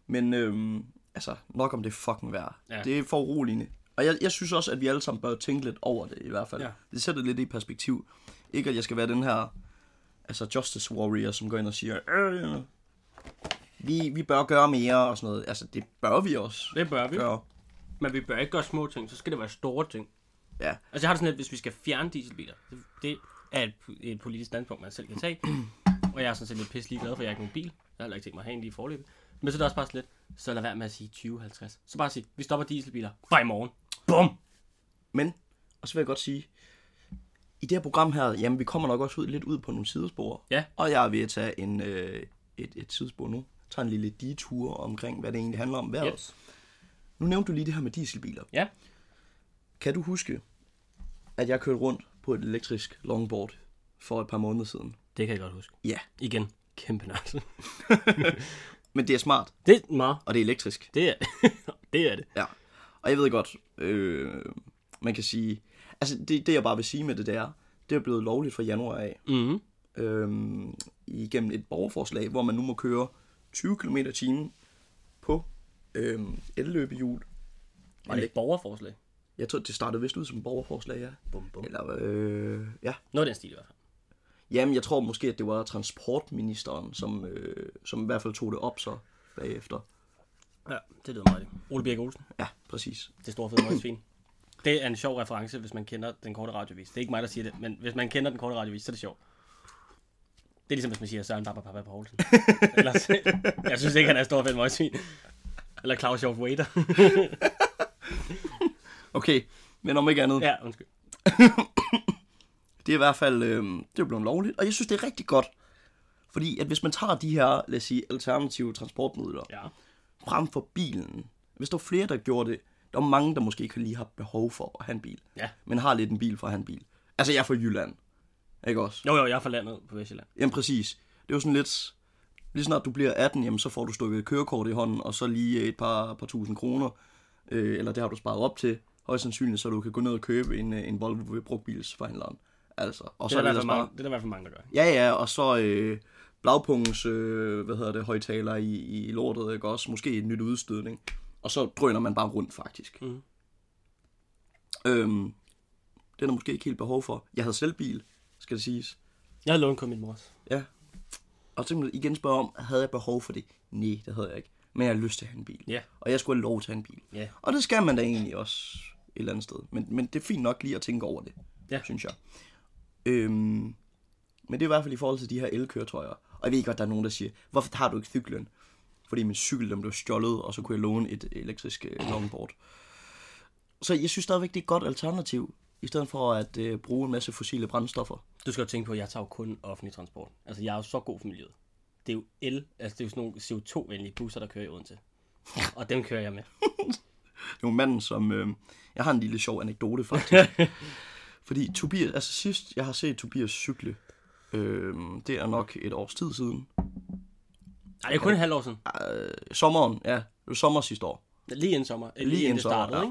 A: Men øhm, altså, nok om det fucking vejr.
B: Ja.
A: Ja. Det er for uroligende. Og jeg, jeg synes også, at vi alle sammen bør tænke lidt over det i hvert fald.
B: Ja.
A: Ja. Det sætter lidt i perspektiv. Ikke at jeg skal være den her altså justice warrior, som går ind og siger, øh, vi, vi bør gøre mere og sådan noget. Altså, det bør vi også
B: Det bør vi. Ja.
A: gøre.
B: Men vi bør ikke gøre små ting, så skal det være store ting.
A: Ja.
B: Altså jeg har det sådan lidt, hvis vi skal fjerne dieselbiler, det- det er et, et politisk standpunkt, man selv kan tage. Og jeg er sådan set lidt pisselig glad for, at jeg ikke har nogen bil. Jeg har heller ikke tænkt mig at have en lige i forløbet. Men så er det også bare sådan lidt, så lad være med at sige 2050. Så bare sige, vi stopper dieselbiler fra i morgen. Bum!
A: Men, og så vil jeg godt sige, i det her program her, jamen vi kommer nok også ud, lidt ud på nogle sidespor.
B: Ja.
A: Og jeg er ved at tage en, øh, et, et sidespor nu. Tager en lille detur omkring, hvad det egentlig handler om vejret.
B: Yes.
A: Nu nævnte du lige det her med dieselbiler.
B: Ja.
A: Kan du huske, at jeg kørte rundt på et elektrisk longboard for et par måneder siden?
B: Det kan jeg godt huske.
A: Ja.
B: Igen, kæmpe nørt.
A: Men det er smart,
B: Det er meget.
A: og det er elektrisk.
B: Det er det. Er det.
A: Ja. Og jeg ved godt, øh, man kan sige... Altså, det, det jeg bare vil sige med det, det er, det er blevet lovligt fra januar af,
B: Mm-hmm.
A: øh, igennem et borgerforslag, hvor man nu må køre 20 km t på øh, elløbehjul.
B: Og det er et borgerforslag.
A: Jeg tror, det startede vist ud som et borgerforslag, ja.
B: Bum, bum.
A: Eller, øh, ja.
B: Noget af den stil i hvert fald.
A: Jamen, jeg tror måske, at det var transportministeren, som, øh, som i hvert fald tog det op så bagefter.
B: Ja, det lyder meget det. Ole Birk Olsen.
A: Ja, præcis.
B: Det store fede møgsvin. Det er en sjov reference, hvis man kender den korte radiovis. Det er ikke mig, der siger det, men hvis man kender den korte radiovis, så er det sjovt. Det er ligesom, hvis man siger Søren Papa Papa Poulsen. Ellers, jeg synes ikke, han er stor fedt møgsvin. Eller Claus Hjort Waiter.
A: Okay, men om ikke andet. Ja.
B: ja, undskyld.
A: Det er i hvert fald øh, det er blevet lovligt, og jeg synes, det er rigtig godt. Fordi at hvis man tager de her, lad os sige, alternative transportmidler ja.
B: Ja.
A: frem for bilen, hvis der var flere, der gjorde det, der er mange, der måske ikke lige har behov for at have en bil,
B: ja.
A: men har lidt en bil for at have en bil. Altså, jeg er fra Jylland, ikke også?
B: Jo, jo, jeg er fra landet på Vestjylland.
A: Jamen præcis. Det er jo sådan lidt... Lige snart du bliver 18, jamen, så får du stukket et kørekort i hånden, og så lige et par, par tusind kroner. Øh, eller det har du sparet op til, højst sandsynligt, så du kan gå ned og købe en, øh, en Volvo ved brugtbilsforhandleren. Altså, og
B: Det
A: så
B: er, der i hvert
A: ellers
B: fald
A: bare...
B: mange, det er der i hvert fald mange, der gør.
A: Ja, ja, og så øh, blagpungens, øh, hvad hedder det, højtaler i, i lortet, ikke også? Måske et nyt udstødning. Og så drøner man bare rundt, faktisk.
B: Mhm.
A: Øhm, det er der måske ikke helt behov for. Jeg havde selv bil, skal det siges.
B: Jeg havde lånt kun min mors.
A: Ja. Og så kan man igen spørge om, havde jeg behov for det? Nej, det havde jeg ikke. Men jeg har lyst til at have en bil.
B: Ja.
A: Og jeg skulle have lov til at have en bil.
B: Ja.
A: Og det skal man da egentlig også et eller andet sted. Men, men det er fint nok lige at tænke over det,
B: Ja.
A: synes jeg. Øhm, men det er i hvert fald i forhold til de her elkøretøjer. Og jeg ved godt, der er nogen, der siger, hvorfor har du ikke cyklen? Fordi min cykel den blev stjålet, og så kunne jeg låne et elektrisk øh, longboard. Så jeg synes stadigvæk, det er et godt alternativ, i stedet for at øh, bruge en masse fossile brændstoffer.
B: Du skal jo tænke på, at jeg tager jo kun offentlig transport. Altså, jeg er jo så god for miljøet. Det er jo el, altså det er jo sådan nogle CO2-venlige busser, der kører i Odense. Og dem kører jeg med.
A: Det var manden, som... Øh, jeg har en lille sjov anekdote, faktisk. Fordi Tobias... Altså sidst, jeg har set Tobias cykle, øh, det er nok et års tid siden.
B: Nej, det er kun et halvt år siden.
A: Øh, sommeren, ja. Det var sommer sidste år.
B: Lige en sommer. Lige, lige
A: inden
B: inden det
A: sommer,
B: startede,
A: ja.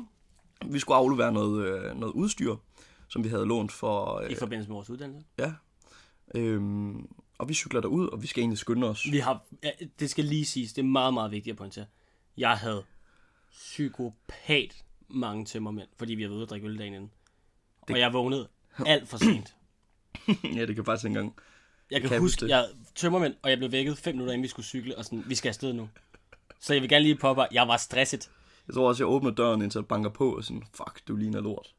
B: ikke?
A: Vi skulle aflevere noget, øh, noget udstyr, som vi havde lånt for... Øh,
B: I forbindelse med vores uddannelse.
A: ja. Øh, og vi cykler derud, og vi skal egentlig skynde os.
B: Vi har, ja, det skal lige siges, det er meget, meget vigtigt at pointere. Jeg havde psykopat mange tømmermænd, fordi vi havde været ude at drikke øl dagen inden. Det... Og jeg vågnede alt for sent.
A: ja, det kan faktisk ikke engang...
B: Jeg kan,
A: Kan jeg huske
B: kan huske,
A: det?
B: jeg tømmermænd, og jeg blev vækket fem minutter, inden vi skulle cykle, og sådan, vi skal afsted nu. Så jeg vil gerne lige påpege, jeg var stresset.
A: Jeg tror også, jeg åbner døren, indtil jeg banker på, og sådan, fuck, du ligner lort.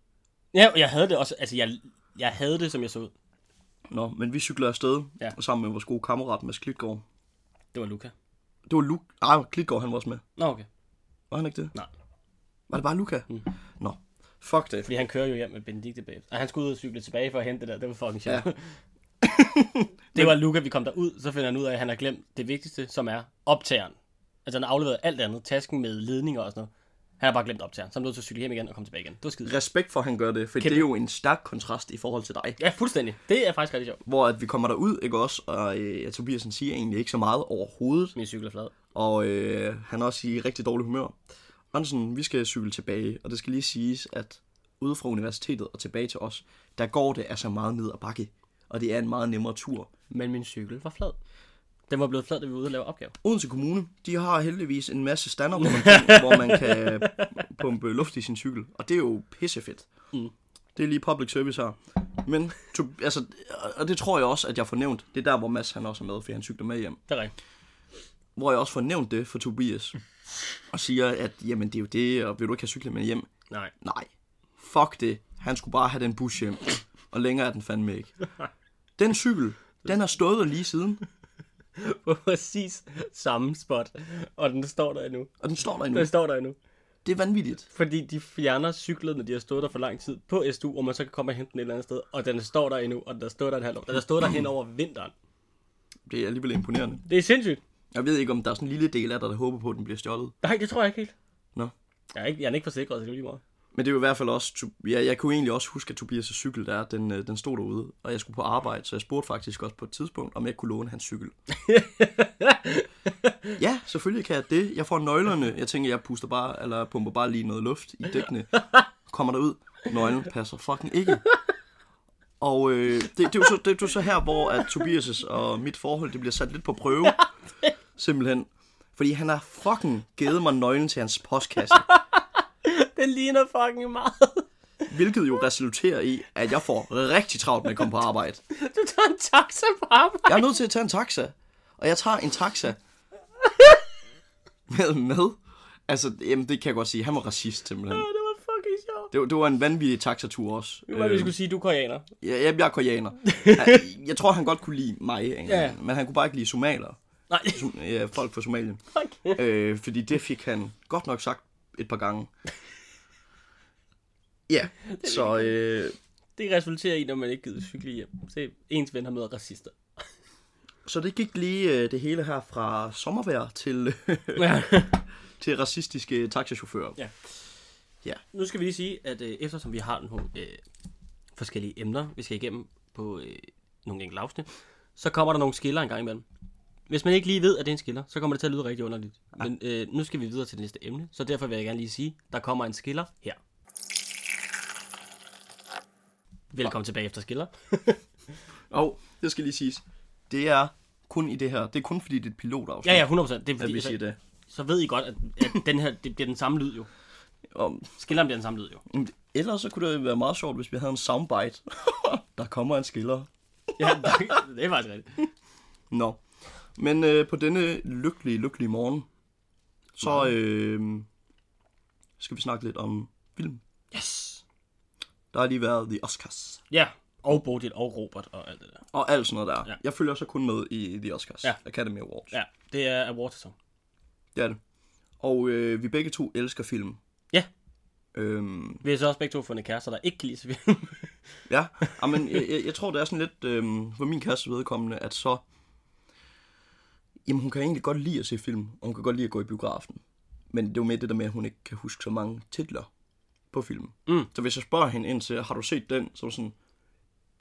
B: Ja, og jeg havde det også, altså jeg, jeg havde det, som jeg så ud.
A: Nå, men vi cykler afsted,
B: Ja.
A: sammen med vores gode kammerat Mads Klitgaard.
B: Det var Luca.
A: Det var Luke... Ah, Klitgaard, han var også med.
B: Nå, okay.
A: Var han ikke det?
B: Nej.
A: Var det bare Luca? Mm. Nå, fuck det.
B: Fordi han kører jo hjem med Benedikte bagefter. Og han skulle ud og cykle tilbage for at hente det der. Det var fucking sjovt. Ja. det var Luca, vi kom derud. Så finder han ud af, at han har glemt det vigtigste, som er optageren. Altså han har afleveret alt andet. Tasken med ledninger og sådan noget. Han har bare glemt optageren. Så han blev nødt til at cykle hjem igen og komme tilbage igen. Det var skide.
A: Respekt for, at han gør det, for det er jo en stærk kontrast i forhold til dig.
B: Ja, fuldstændig. Det er faktisk rigtig sjovt.
A: Hvor at vi kommer derud, ikke også, og øh, ja, Tobiasen siger egentlig ikke så meget overhovedet,
B: Min cykel er flad.
A: og øh, han er også i rigtig dårlig humør. Hansen, vi skal cykle tilbage, og det skal lige siges, at ude fra universitetet og tilbage til os, der går det altså meget ned ad bakke, og det er en meget nemmere tur.
B: Men min cykel var flad. Den var blevet flad, da vi var ude og lave opgave.
A: Odense Kommune, de har heldigvis en masse stander, hvor man kan, hvor man kan pumpe luft i sin cykel. Og det er jo pissefedt. Mm. Det er lige public service her. Men, to, altså, og det tror jeg også, at jeg får nævnt. Det er der, hvor Mads han også er med, fordi han cykler med hjem.
B: Det er rigtigt.
A: Hvor jeg også får nævnt det for Tobias. Og siger, at jamen, det er jo det, og vil du ikke have cyklet med hjem?
B: Nej.
A: Nej. Fuck det. Han skulle bare have den bus hjem. Og længere er den fandme ikke. Den cykel, den har stået der lige siden.
B: På præcis samme spot. Og den står der endnu.
A: Og den står der endnu.
B: Den står der endnu.
A: Det er vanvittigt.
B: Fordi de fjerner cyklet, når de har stået der for lang tid på SU, hvor man så kan komme og hente den et eller andet sted. Og den står der endnu, og den står der et halvt år. Den har stået der hen over vinteren.
A: Det er alligevel imponerende.
B: Det er sindssygt.
A: Jeg ved ikke, om der er sådan en lille del af dig, der håber på, at den bliver stjålet.
B: Nej, det tror jeg ikke helt.
A: Nå.
B: Jeg er ikke, jeg er ikke forsikret, så det er lige meget.
A: Men det er jo i hvert fald også... Tu- Ja, jeg kunne egentlig også huske, at Tobias' cykel der, den, øh, den stod derude, og jeg skulle på arbejde, så jeg spurgte faktisk også på et tidspunkt, om jeg kunne låne hans cykel. ja, selvfølgelig kan jeg det. Jeg får nøglerne. Jeg tænker, jeg puster bare, eller pumper bare lige noget luft i dækkene. Kommer derud. Nøglen passer fucking ikke. Og øh, det, det, er jo så, det, det er jo så her, hvor at Tobias' og mit forhold, det bliver sat lidt på prøve. Simpelthen. Fordi han har fucking givet mig nøglen til hans postkasse.
B: Det ligner fucking meget.
A: Hvilket jo resulterer i, at jeg får rigtig travlt med at komme på arbejde.
B: Du tager en taxa på arbejde.
A: Jeg er nødt til at tage en taxa. Og jeg tager en taxa. Med med. Altså, jamen, det kan jeg godt sige. Han var racist, simpelthen.
B: Det var fucking sjovt.
A: Det, var- det var en vanvittig taxatur også. Øhm,
B: Det var, vi skulle sige, du er koreaner.
A: jeg, jeg, jeg er koreaner. Jeg, jeg tror, han godt kunne lide mig, egentlig,
B: Ja.
A: men han kunne bare ikke lide somalere.
B: Nej,
A: Som, ja, folk fra Somalia.
B: okay.
A: Øh, fordi det fik han godt nok sagt et par gange. Ja, så øh,
B: Det resulterer i, når man ikke gider cykle hjem. Se, ens ven har mødt racister.
A: Så det gik lige øh, det hele her fra sommervejr til,
B: Ja.
A: til racistiske taxachauffører.
B: Ja.
A: Ja.
B: Nu skal vi lige sige, at øh, eftersom vi har nogle øh, forskellige emner, vi skal igennem på øh, nogle enkelte afsnit, så kommer der nogle skiller en gang imellem. Hvis man ikke lige ved, at det er en skiller, så kommer det til at lyde rigtig underligt. Men øh, nu skal vi videre til det næste emne, så derfor vil jeg gerne lige sige, der kommer en skiller her. Velkommen tilbage efter skiller.
A: Og det skal lige siges, det er kun i det her, det er kun fordi det er et pilotafsnit,
B: Ja, ja, 100%. Det er
A: at
B: fordi,
A: vi siger
B: så,
A: det.
B: så ved I godt, at, at den her, det bliver den samme lyd jo.
A: Og,
B: Skilleren bliver den samme lyd jo.
A: mm, ellers så kunne det være meget sjovt, hvis vi havde en soundbite. der kommer en skiller.
B: Ja, det er faktisk rigtigt.
A: Nå. Men øh, på denne lykkelige, lykkelige morgen, så
B: Mhm.
A: øh, skal vi snakke lidt om film.
B: Yes!
A: Der har lige været The Oscars.
B: Ja, og Bodil og Robert og alt det der.
A: Og alt sådan noget der.
B: Ja.
A: Ja. Jeg følger så kun med i The Oscars.
B: Ja.
A: Ja. Academy Awards.
B: Ja, det er award sæson.
A: Det er det. Og øh, vi begge to elsker film.
B: Ja.
A: Øhm,
B: Vi har så også begge to fundet kærester, der ikke kan lide så film.
A: ja, Jamen, jeg, jeg, jeg tror, det er sådan lidt øhm, for min kæreste vedkommende, at så... Jamen, hun kan egentlig godt lide at se film, og hun kan godt lide at gå i biografen. Men det er jo med det der med, at hun ikke kan huske så mange titler på filmen.
B: Mm.
A: Så hvis jeg spørger hende ind til, har du set den? Så er hun sådan,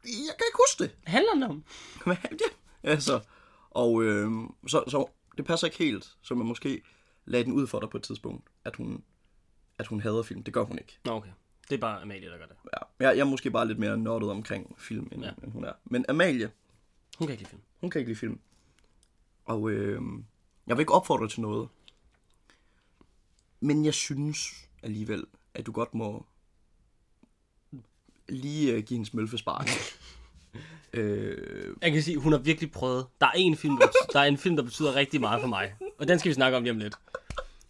A: jeg kan ikke huske det.
B: Handler den om?
A: Hvad er det? altså, og øh, så, så det passer ikke helt, så man måske lagde den ud for dig på et tidspunkt, at hun, at hun hader film. Det gør hun ikke.
B: Nå, okay. Det er bare Amalie, der gør det.
A: Ja. Jeg, jeg er måske bare lidt mere nørdet omkring film, end,
B: Ja.
A: ja. end hun er. Men Amalie,
B: Hun kan ikke lide film.
A: hun kan ikke lide film. Og øh, jeg vil ikke opfordre til noget. Men jeg synes alligevel, at du godt må lige øh, give hendes mølfespark. øh,
B: Jeg kan sige, hun har virkelig prøvet. Der er en film, der, der er en film, der betyder rigtig meget for mig. Og den skal vi snakke om lige om lidt.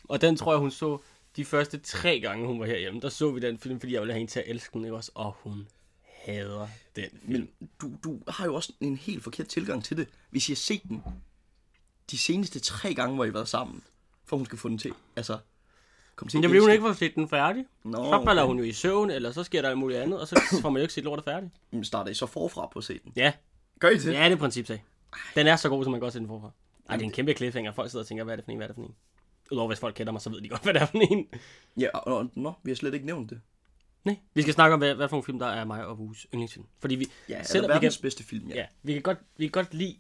B: Og den tror jeg, hun så de første tre gange, hun var herhjemme. Der så vi den film, fordi jeg ville have hende til at elske den, ikke også? Og hun hader den film.
A: Men du, du har jo også en helt forkert tilgang til det. Hvis I har set den de seneste tre gange, hvor I har været sammen, for hun skal få den til. Altså, kom til at
B: Jeg blev hun
A: elske
B: ikke få set den færdig.
A: Nå,
B: så falder
A: okay.
B: hun jo i søvn, eller så sker der alt muligt andet, og så får man jo ikke set lortet færdig.
A: den. Men starter I så forfra på at se den?
B: Ja,
A: Gør I det?
B: Ja, det er principsag. Den er så god, som man kan godt se den forfra. Ej, det er en kæmpe cliffhanger. Folk sidder og tænker, hvad er det for en, hvad er det for en? Udover hvis folk kender mig, så ved de godt, hvad det er for en.
A: ja og, og, nå, vi har slet ikke nævnt det.
B: Nej, vi skal snakke om, hvad, hvad for en film, der er mig og Vues yndlingsfilm. Fordi vi,
A: Ja, Selv
B: selvom
A: er
B: vi kan,
A: verdens bedste film, ja. ja.
B: ja, vi kan godt, vi kan godt lide,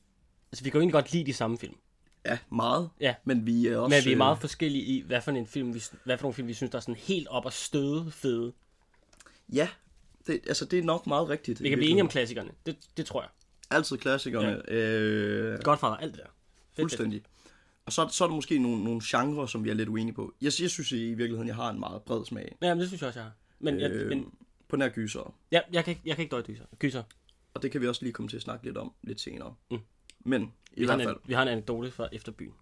B: altså vi kan jo egentlig godt lide de samme film.
A: Ja, meget.
B: Ja.
A: Men vi er også...
B: Men vi er
A: øh,
B: meget forskellige i, hvad for en film, vi, hvad for nogle film, vi synes, der er sådan helt op og støde fede.
A: øh, Ja, det, altså det er nok meget rigtigt.
B: Vi kan blive enige om klassikerne. Det, det tror jeg.
A: Altid klassikerne. Ja. Øh,
B: Godfather, alt det der. Fedt, fedt.
A: fuldstændig. Og så, så er der måske nogle, nogle genrer, som vi er lidt uenige på. Jeg, jeg synes i virkeligheden, jeg har en meget bred smag
B: Ja, men det synes jeg også, jeg har. Men, øh... jeg,
A: øh,
B: men
A: på nær gyser.
B: ja, jeg, kan, ikke- jeg kan ikke døje gyser. gyser.
A: Og det kan vi også lige komme til at snakke lidt om lidt senere.
B: Mm.
A: Men i
B: Vi, har
A: hvert
B: en,
A: fald...
B: vi har en anekdote fra Efterbyen.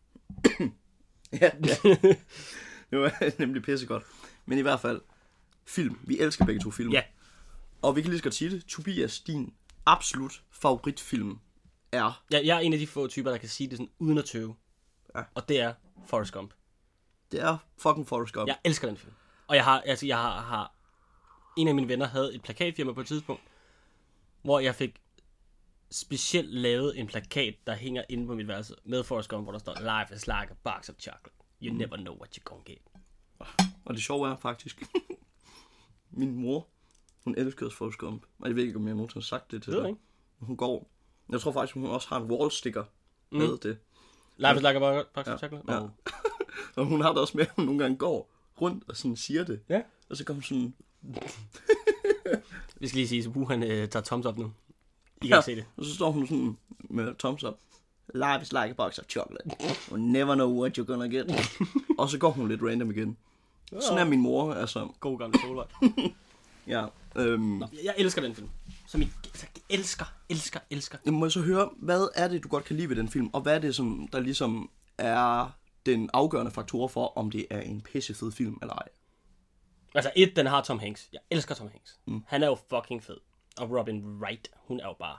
A: Ja, det var nemlig pissegodt. Men i hvert fald, film. Vi elsker begge to film.
B: Ja.
A: Og vi kan lige så godt sige det. Tobias, din absolut favoritfilm er...
B: Jeg, jeg er en af de få typer, der kan sige det sådan uden at tøve.
A: Ja.
B: Og det er Forrest Gump.
A: Det er fucking Forrest Gump.
B: Jeg elsker den film. Og jeg har, altså jeg har, har en af mine venner havde et plakatfirma på et tidspunkt, hvor jeg fik specielt lavet en plakat, der hænger inde på mit værelse med Forrest Gump, hvor der står, Life is like a box of chocolate. You
A: Mm.
B: never know what you're gonna get.
A: Og det sjove er faktisk... min mor, hun elskede Forrest Gump. Og jeg ved ikke, om jeg nogensinde har sagt det til
B: Ved
A: dig.
B: ikke?
A: Hun går... Jeg tror faktisk, hun også har en wallsticker mm. med det.
B: Life is like a bo- box of chocolate.
A: ja.
B: Og-
A: Og hun har det også med, at hun nogle gange går rundt og sådan siger det.
B: Ja.
A: Og så kommer sådan,
B: Vi skal lige sige, at Wu han øh, tager thumbs up nu. I kan ja. se det.
A: Og så står hun sådan med thumbs up. Life is like a box of chocolate. You never know what you're gonna get. og så går hun lidt random igen. Sådan er min mor, altså.
B: God gamle solvej.
A: Ja. Øhm,
B: Jeg, jeg elsker den film. Som jeg, altså, jeg elsker, elsker, elsker.
A: Jamen, må jeg så høre, hvad er det, du godt kan lide ved den film? Og hvad er det, som der ligesom er den afgørende faktor for, om det er en pissefed film eller ej?
B: Altså et, den har Tom Hanks. Jeg elsker Tom Hanks. Mm. Han er jo fucking fed. Og Robin Wright, hun er jo bare...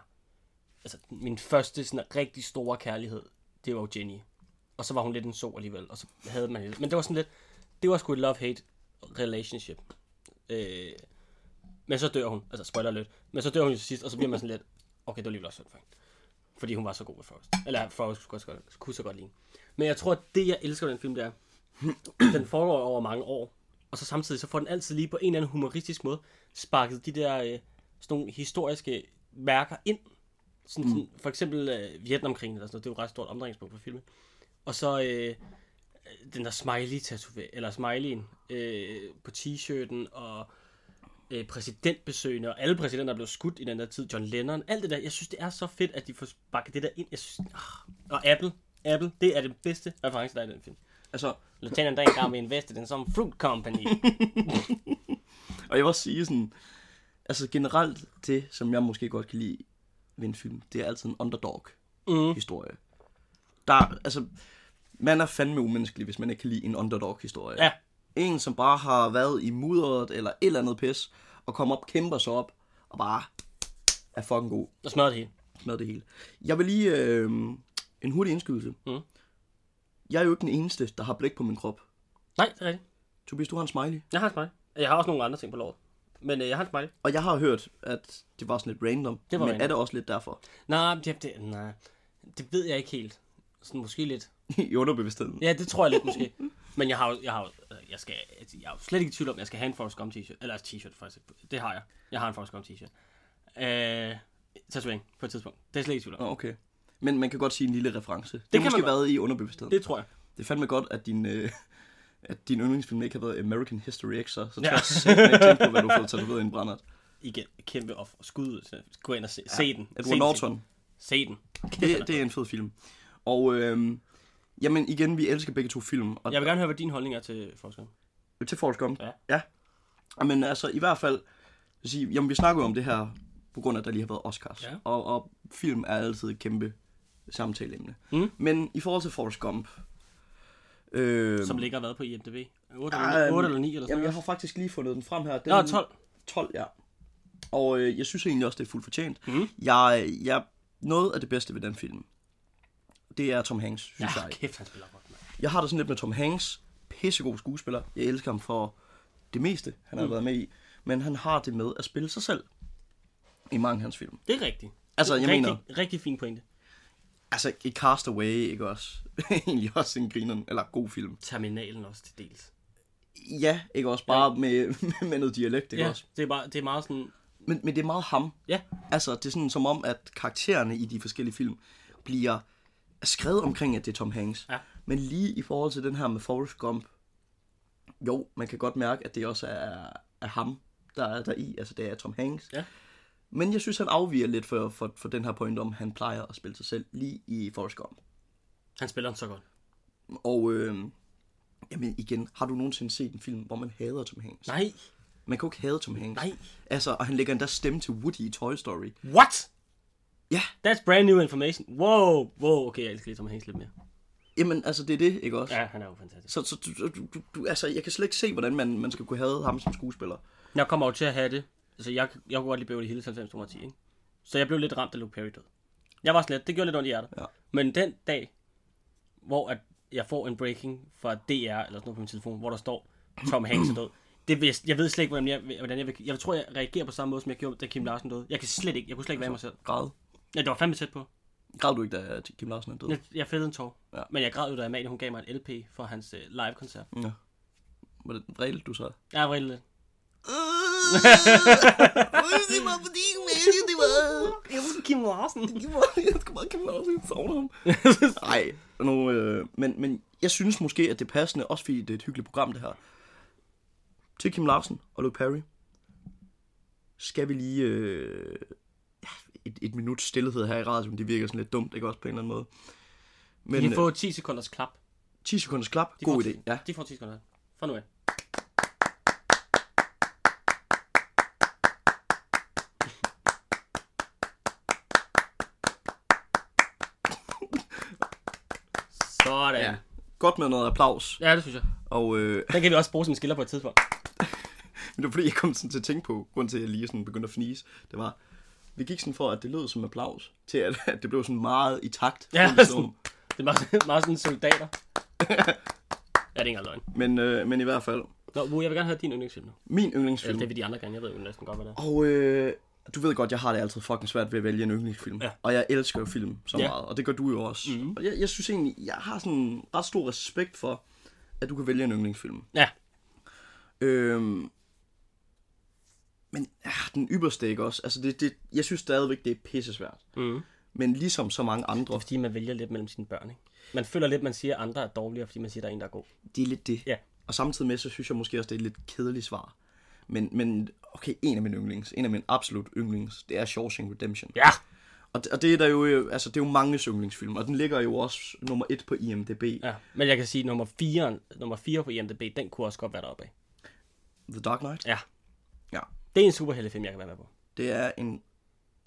B: Altså min første sådan rigtig store kærlighed, det var jo Jenny. Og så var hun lidt en så alligevel, og så havde man Men det var sådan lidt... Det var sgu et love-hate relationship. Øh, men så dør hun. Altså spoiler lidt. Men så dør hun jo til sidst, og så bliver man sådan lidt... Okay, det var alligevel også synd for hende. Fordi hun var så god ved Forrest. Eller Forrest kunne, så godt, kunne så godt lide. Men jeg tror, at det, jeg elsker ved den film, det er, den foregår over mange år. Og så samtidig, så får den altid lige på en eller anden humoristisk måde sparket de der øh, sådan nogle historiske værker ind. Sådan, mm. sådan, for eksempel øh, Vietnamkrigen eller sådan noget. Det er jo et ret stort omdrejningspunkt for filmen. Og så øh, den der smiley tatovering eller smileyen øh, på t-shirten og øh, præsidentbesøgende, og alle præsidenter er blevet skudt i den der tid, John Lennon, alt det der. Jeg synes, det er så fedt, at de får bakket det der ind. Jeg synes, ah. Og Apple, Apple, det er den bedste reference, der er i den film.
A: Altså,
B: Lieutenant Dan Garm invested in some fruit company.
A: og jeg vil også sige sådan, altså generelt det, som jeg måske godt kan lide ved en film, det er altid en
B: Mm.
A: underdog-historie. Der, altså, man er fandme umenneskelig, hvis man ikke kan lide en underdog-historie.
B: Ja.
A: En, som bare har været i mudderet eller et eller andet pis, og kommer op, kæmper sig op, og bare er fucking god
B: Og smadrer det hele.
A: med det hele. Jeg vil lige øh, en hurtig indskydelse.
B: Mm.
A: Jeg er jo ikke den eneste, der har blik på min krop.
B: Nej, det er rigtigt.
A: Tobias, du har en smiley.
B: Jeg har en smiley. Jeg har også nogle andre ting på låret. Men øh, jeg har en smiley.
A: Og jeg har hørt, at det var sådan lidt random.
B: Det var
A: men
B: random.
A: er det også lidt derfor?
B: Nej, det, det, nej. det ved jeg ikke helt. Sådan måske lidt.
A: I underbevidstheden.
B: Ja, det tror jeg lidt måske. Men jeg har jo, jeg har jo, øh, jeg skal, jeg er jo slet ikke i tvivl om, at jeg skal have en Forrest Gump t-shirt. Eller altså t-shirt faktisk. Det har jeg. Jeg har en Forrest Gump t-shirt. Øh, tatovering på et tidspunkt. Det er jeg slet ikke i tvivl om.
A: Nå, okay. Men man kan godt sige en lille reference. Det,
B: kan
A: har måske
B: man godt.
A: været i underbevidstheden. Det...
B: Det tror jeg.
A: det er fandme godt, at din, øh, at din yndlingsfilm ikke har været American History X, så, så
B: Ja.
A: ja. tror jeg ikke tænke på, hvad du har fået tatoveret i en brændert.
B: Igen, kæmpe off. Skud ud. til- Gå ind og se, se den. Se
A: Edward
B: den.
A: Norton.
B: Se den.
A: Det, det er en fed film. Og øhm, jamen igen, vi elsker begge to film. Og
B: Jeg vil gerne høre, hvad din holdning er til Forrest Gump.
A: Til Forrest Gump?
B: Ja.
A: ja. Men altså, i hvert fald, jeg vil sige, jamen, vi snakker jo om det her, på grund af, at der lige har været Oscars.
B: Ja.
A: Og, og film er altid et kæmpe samtaleemne.
B: Mm.
A: Men i forhold til Forrest Gump... Øh,
B: Som ligger og været på IMDb. 8,
A: Ej,
B: eller 8 eller 9 eller
A: jamen,
B: sådan
A: jeg
B: noget.
A: har faktisk lige fundet den frem her. Den,
B: Nå, 12.
A: 12, ja. Og øh, jeg synes egentlig også, det er fuldt fortjent. Mm. Jeg, jeg, noget af det bedste ved den film, det er Tom Hanks, synes
B: Ja,
A: jeg.
B: kæft, han spiller godt, mand.
A: Jeg har det sådan lidt med Tom Hanks. Pissegod skuespiller. Jeg elsker ham for det meste, han har mm. været med i. Men han har det med at spille sig selv i mange af hans film.
B: Det er rigtigt.
A: Altså, jeg
B: rigtig,
A: mener-
B: Rigtig fin pointe.
A: Altså, i Castaway, ikke også? Egentlig også en grineren, eller god film.
B: Terminalen også til dels.
A: Ja, ikke også? Bare med, med noget dialekt, ikke
B: Ja,
A: også?
B: det er, bare, det er meget sådan...
A: Men, men det er meget ham.
B: Ja,
A: Altså, det er sådan som om, at karaktererne i de forskellige film bliver skrevet omkring, at det er Tom Hanks.
B: Ja.
A: Men lige i forhold til den her med Forrest Gump, jo, man kan godt mærke, at det også er, er ham, der er der i. Altså, det er Tom Hanks.
B: Ja.
A: Men jeg synes, han afviger lidt for, for, for den her point om, at han plejer at spille sig selv lige i Forrest Gump.
B: han spiller den så godt.
A: Og øh, jamen igen, har du nogensinde set en film, hvor man hader Tom Hanks?
B: Nej,
A: Man kan jo ikke hade Tom Hanks.
B: Nej.
A: Altså, og han lægger endda stemme til Woody i Toy Story.
B: what?
A: Ja,
B: That's brand new information. Wow, wow, okay, jeg elsker lige Tom Hanks lidt mere.
A: jamen altså, det er det, ikke også?
B: Ja, han er jo fantastisk.
A: Så, så du, du, du- du, altså, jeg kan slet ikke se, hvordan man, man skal kunne have ham som skuespiller.
B: Jeg kommer jo til at have det. Altså, jeg, jeg kunne godt lide Beverly Hills 90 210, ikke? Så jeg blev lidt ramt af Luke Perry død. Jeg var slet, det gjorde lidt ondt i hjertet.
A: Ja.
B: Men den dag, hvor at jeg får en breaking fra DR, eller sådan noget på min telefon, hvor der står, Tom Hanks er død. Det, vil jeg- jeg ved slet ikke, hvordan jeg, hvordan jeg, vil, jeg tror, jeg reagerer på samme måde, som jeg gjorde, da Kim Larsen døde. Jeg kan slet ikke, jeg kunne slet ikke være mig selv.
A: Græd.
B: Ja, det var fandme tæt på.
A: Græd du ikke, da Kim Larsen er død?
B: Jeg, jeg fældede en tår.
A: Ja.
B: Ja. Men jeg græd jo, da Amalie, hun gav mig en LP for hans øh, live-koncert.
A: Ja. Hvordan reelt du så?
B: Jeg var rigtig lidt.
A: Sig Øh, mig, fordi du mener, det var...
B: Jeg var Kim Larsen.
A: Jeg skal bare Kim Larsen, jeg savner ham. Nej, nu, øh, men, men jeg synes måske, at det er passende, også fordi det er et hyggeligt program, det her. Til Kim Larsen og Luke Perry, skal vi lige øh, ja, et, et minut stillhed her i radioen. Det virker sådan lidt dumt, ikke også på en eller anden måde.
B: Men,
A: Men
B: de
A: øh,
B: får 10 sekunders klap.
A: 10 sekunders klap,
B: De
A: god
B: får
A: idé. Ja.
B: De får 10 sekunder. Fra nu af. Sådan. Ja.
A: Godt med noget applaus,
B: ja, det synes jeg.
A: og øh,
B: Den kan vi også bruge som skiller på et tidspunkt.
A: Men det var fordi, jeg kom sådan til at tænke på, grund til, at jeg lige sådan begyndte at fnise, det var, vi gik sådan for, at det lød som applaus, til at, at det blev sådan meget i takt.
B: Ja,
A: rundt i
B: sådan.
A: summen.
B: Det er meget, meget sådan soldater. ja, det er ikke engang løgn.
A: Men, øh, men i hvert fald,
B: Nå, Wu, jeg vil gerne have din yndlingsfilm nu.
A: min
B: Eller
A: yndlingsfilm,
B: det vil de andre gerne. Jeg ved jo næsten godt, hvad det er.
A: Og øh, du ved godt, jeg har det altid fucking svært ved at vælge en yndlingsfilm.
B: Ja.
A: Og jeg elsker jo film så
B: Ja. Mhm.
A: meget, og det gør du jo også. Mm-hmm. Og jeg, jeg synes egentlig, jeg har sådan ret stor respekt for, at du kan vælge en yndlingsfilm.
B: Ja,
A: Øhm, men ja, den ypperste ikke også. Altså, det, det, jeg synes stadigvæk, det er pissesvært.
B: Mhm.
A: Men ligesom så mange andre,
B: fordi man vælger lidt mellem sine børn, ikke? Man føler lidt, man siger, at andre er dårligere, fordi man siger, at der er en, der er god.
A: det er lidt det.
B: Ja.
A: Og samtidig med, så synes jeg måske også, det er et lidt kedeligt svar. Men, men okay, en af mine yndlings, en af mine absolut yndlings, det er Shawshank Redemption.
B: Ja!
A: Og det, og det er der jo, øh, altså det er jo mange yndlingsfilm, og den ligger jo også nummer et på IMDb, ja.
B: ja. Men jeg kan sige, at nummer 4, nummer 4 på IMDb, den kunne også godt være deroppe af.
A: The Dark Knight.
B: Ja.
A: Ja.
B: Det er en superheltefilm, jeg kan være med på.
A: Det er en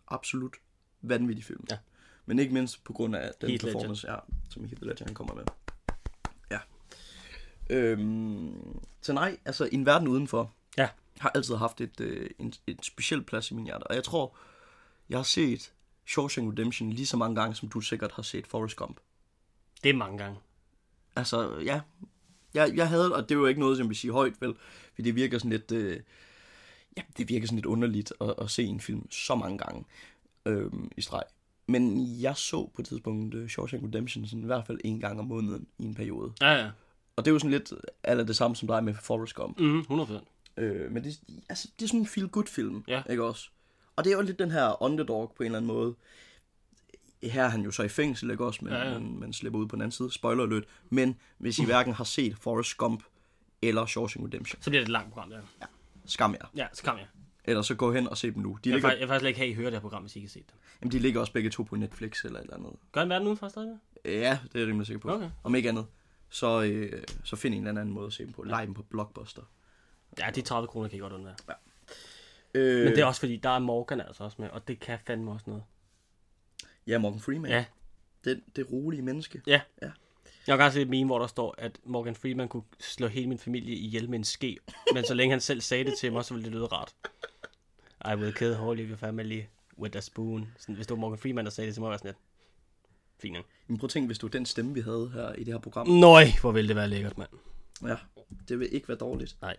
A: absolut vanvittig film.
B: Ja.
A: Men ikke mindst på grund af den
B: Heath
A: Heath
B: Ledger.
A: performance, ja, som Heath Ledger han kommer med. Ja. Øhm, så nej, altså En Verden Udenfor
B: Ja.
A: har altid haft et, øh, en, et specielt plads i min hjerte, og jeg tror, jeg har set Shawshank Redemption lige så mange gange, som du sikkert har set Forrest Gump.
B: Det er mange gange.
A: Altså, ja. Jeg, jeg havde, og det var ikke noget, som vi siger højt, vel? Fordi det virker sådan lidt... Øh, ja, det virker sådan lidt underligt at, at se en film så mange gange øh, i streg. Men jeg så på et tidspunkt uh, Shawshank Redemption sådan, i hvert fald en gang om måneden i en periode.
B: Ja, ja.
A: Og det er jo sådan lidt eller det samme som dig med Forrest Gump.
B: Mm, 100%.
A: Øh, men det, altså, det er sådan en feel-good-film,
B: Ja.
A: ikke også? Og det er jo lidt den her underdog på en eller anden måde. Her er han jo så i fængsel, ikke også? Men,
B: Ja, Mm.
A: ja,
B: ja.
A: ja. men man slipper ud på den anden side. Spoiler alert. Men hvis I hverken har set Forrest Gump eller Shawshank Redemption,
B: Så bliver det et langt program, der.
A: skam jer.
B: Ja, så kom jeg.
A: Eller så gå hen og se dem nu. De,
B: Jeg vil,
A: ligger,
B: faktisk, jeg vil faktisk ikke have, at I hører det her program, hvis I ikke har set det.
A: jamen, de ligger også begge to på Netflix eller et eller andet.
B: Gør en verden udenfor stadig?
A: Ja, det er jeg rimelig sikker på.
B: Okay.
A: Om ikke andet, så, øh, så find en eller anden måde at se dem på. Leg dem på Blockbuster.
B: Ja, de 30 kroner kan I godt undvære.
A: Øh,
B: Men det er også fordi, der er Morgan altså også med, og det kan fandme også noget.
A: Ja, Morgan Freeman.
B: Ja,
A: Det, det rolige menneske.
B: ja.
A: Ja.
B: Jeg har også set et meme, hvor der står, at Morgan Freeman kunne slå hele min familie ihjel med en ske, men så længe han selv sagde det til mig, så ville det lyde rart. I will kill all of your family with a spoon. Sådan, hvis det var Morgan Freeman, der sagde det til mig, var jeg sådan lidt. Fint nok.
A: Men prøv at tænke, hvis du den stemme, vi havde her i det her program.
B: Nøj, hvor ville det være lækkert, mand.
A: Ja, det vil ikke være dårligt.
B: Nej,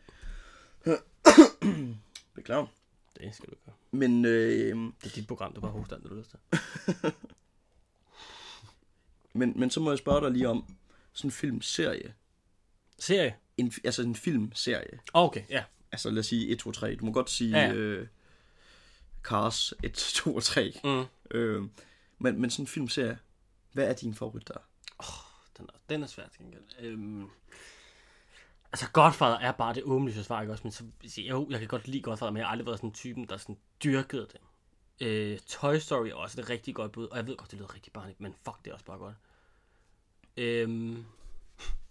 A: Beklager.
B: det skal du ikke gøre.
A: Men øh,
B: Det er dit program, du bare hoster alt, hvad du har lyst til.
A: men, men så må jeg spørge dig lige om sådan en filmserie.
B: Serie?
A: En, fi- altså en filmserie.
B: Okay, ja.
A: Altså lad os sige 1, 2, 3. Du må godt sige
B: Ja,
A: ja.
B: ja.
A: øh, Cars 1, 2 og 3.
B: Mm.
A: Øh, men, men sådan en filmserie. Hvad er din favorit der?
B: Den er, den er svær til gengæld. Øhm, altså, Godfather er bare det åbenlyse svar, ikke også? Men så, vil jeg sige, jo, jeg kan godt lide Godfather, men jeg har aldrig været sådan typen, der sådan dyrkede det. Øh, Toy Story er også et rigtig godt bud, og jeg ved godt, det lyder rigtig barnligt, men fuck, det er også bare godt. Øhm,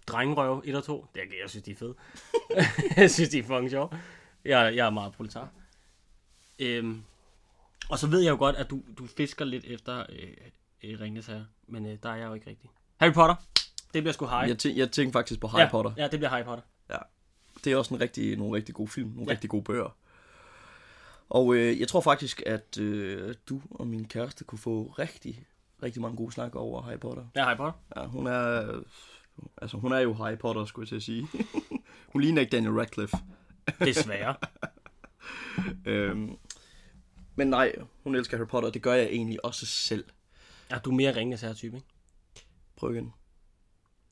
B: Drengerøv 1 og 2, det er, jeg synes, de er fede. jeg synes, de er fucking sjove. Jeg, jeg er meget proletar. Øhm, og så ved jeg jo godt, at du, du fisker lidt efter øh, øh, Ringnes her, men øh, der er jeg jo ikke rigtig. Harry Potter, det bliver sgu high.
A: Jeg, tæ- jeg tænker faktisk på Harry
B: ja,
A: Potter.
B: Ja, det bliver Harry Potter.
A: Ja. Det er også en rigtig, nogle rigtig gode film, nogle ja.
B: Ja.
A: rigtig gode bøger. Og øh, jeg tror faktisk, at øh, du og min kæreste kunne få rigtig, rigtig mange gode snakker over Harry Potter.
B: Ja, Harry Potter.
A: Ja, hun er... øh, Altså, hun er jo Harry Potter, skulle jeg til at sige. hun ligner ikke Daniel Radcliffe.
B: Desværre.
A: Øhm, men nej, hun elsker Harry Potter, og det gør jeg egentlig også selv.
B: ja, du er mere Ringnes her type, ikke?
A: Prøv igen.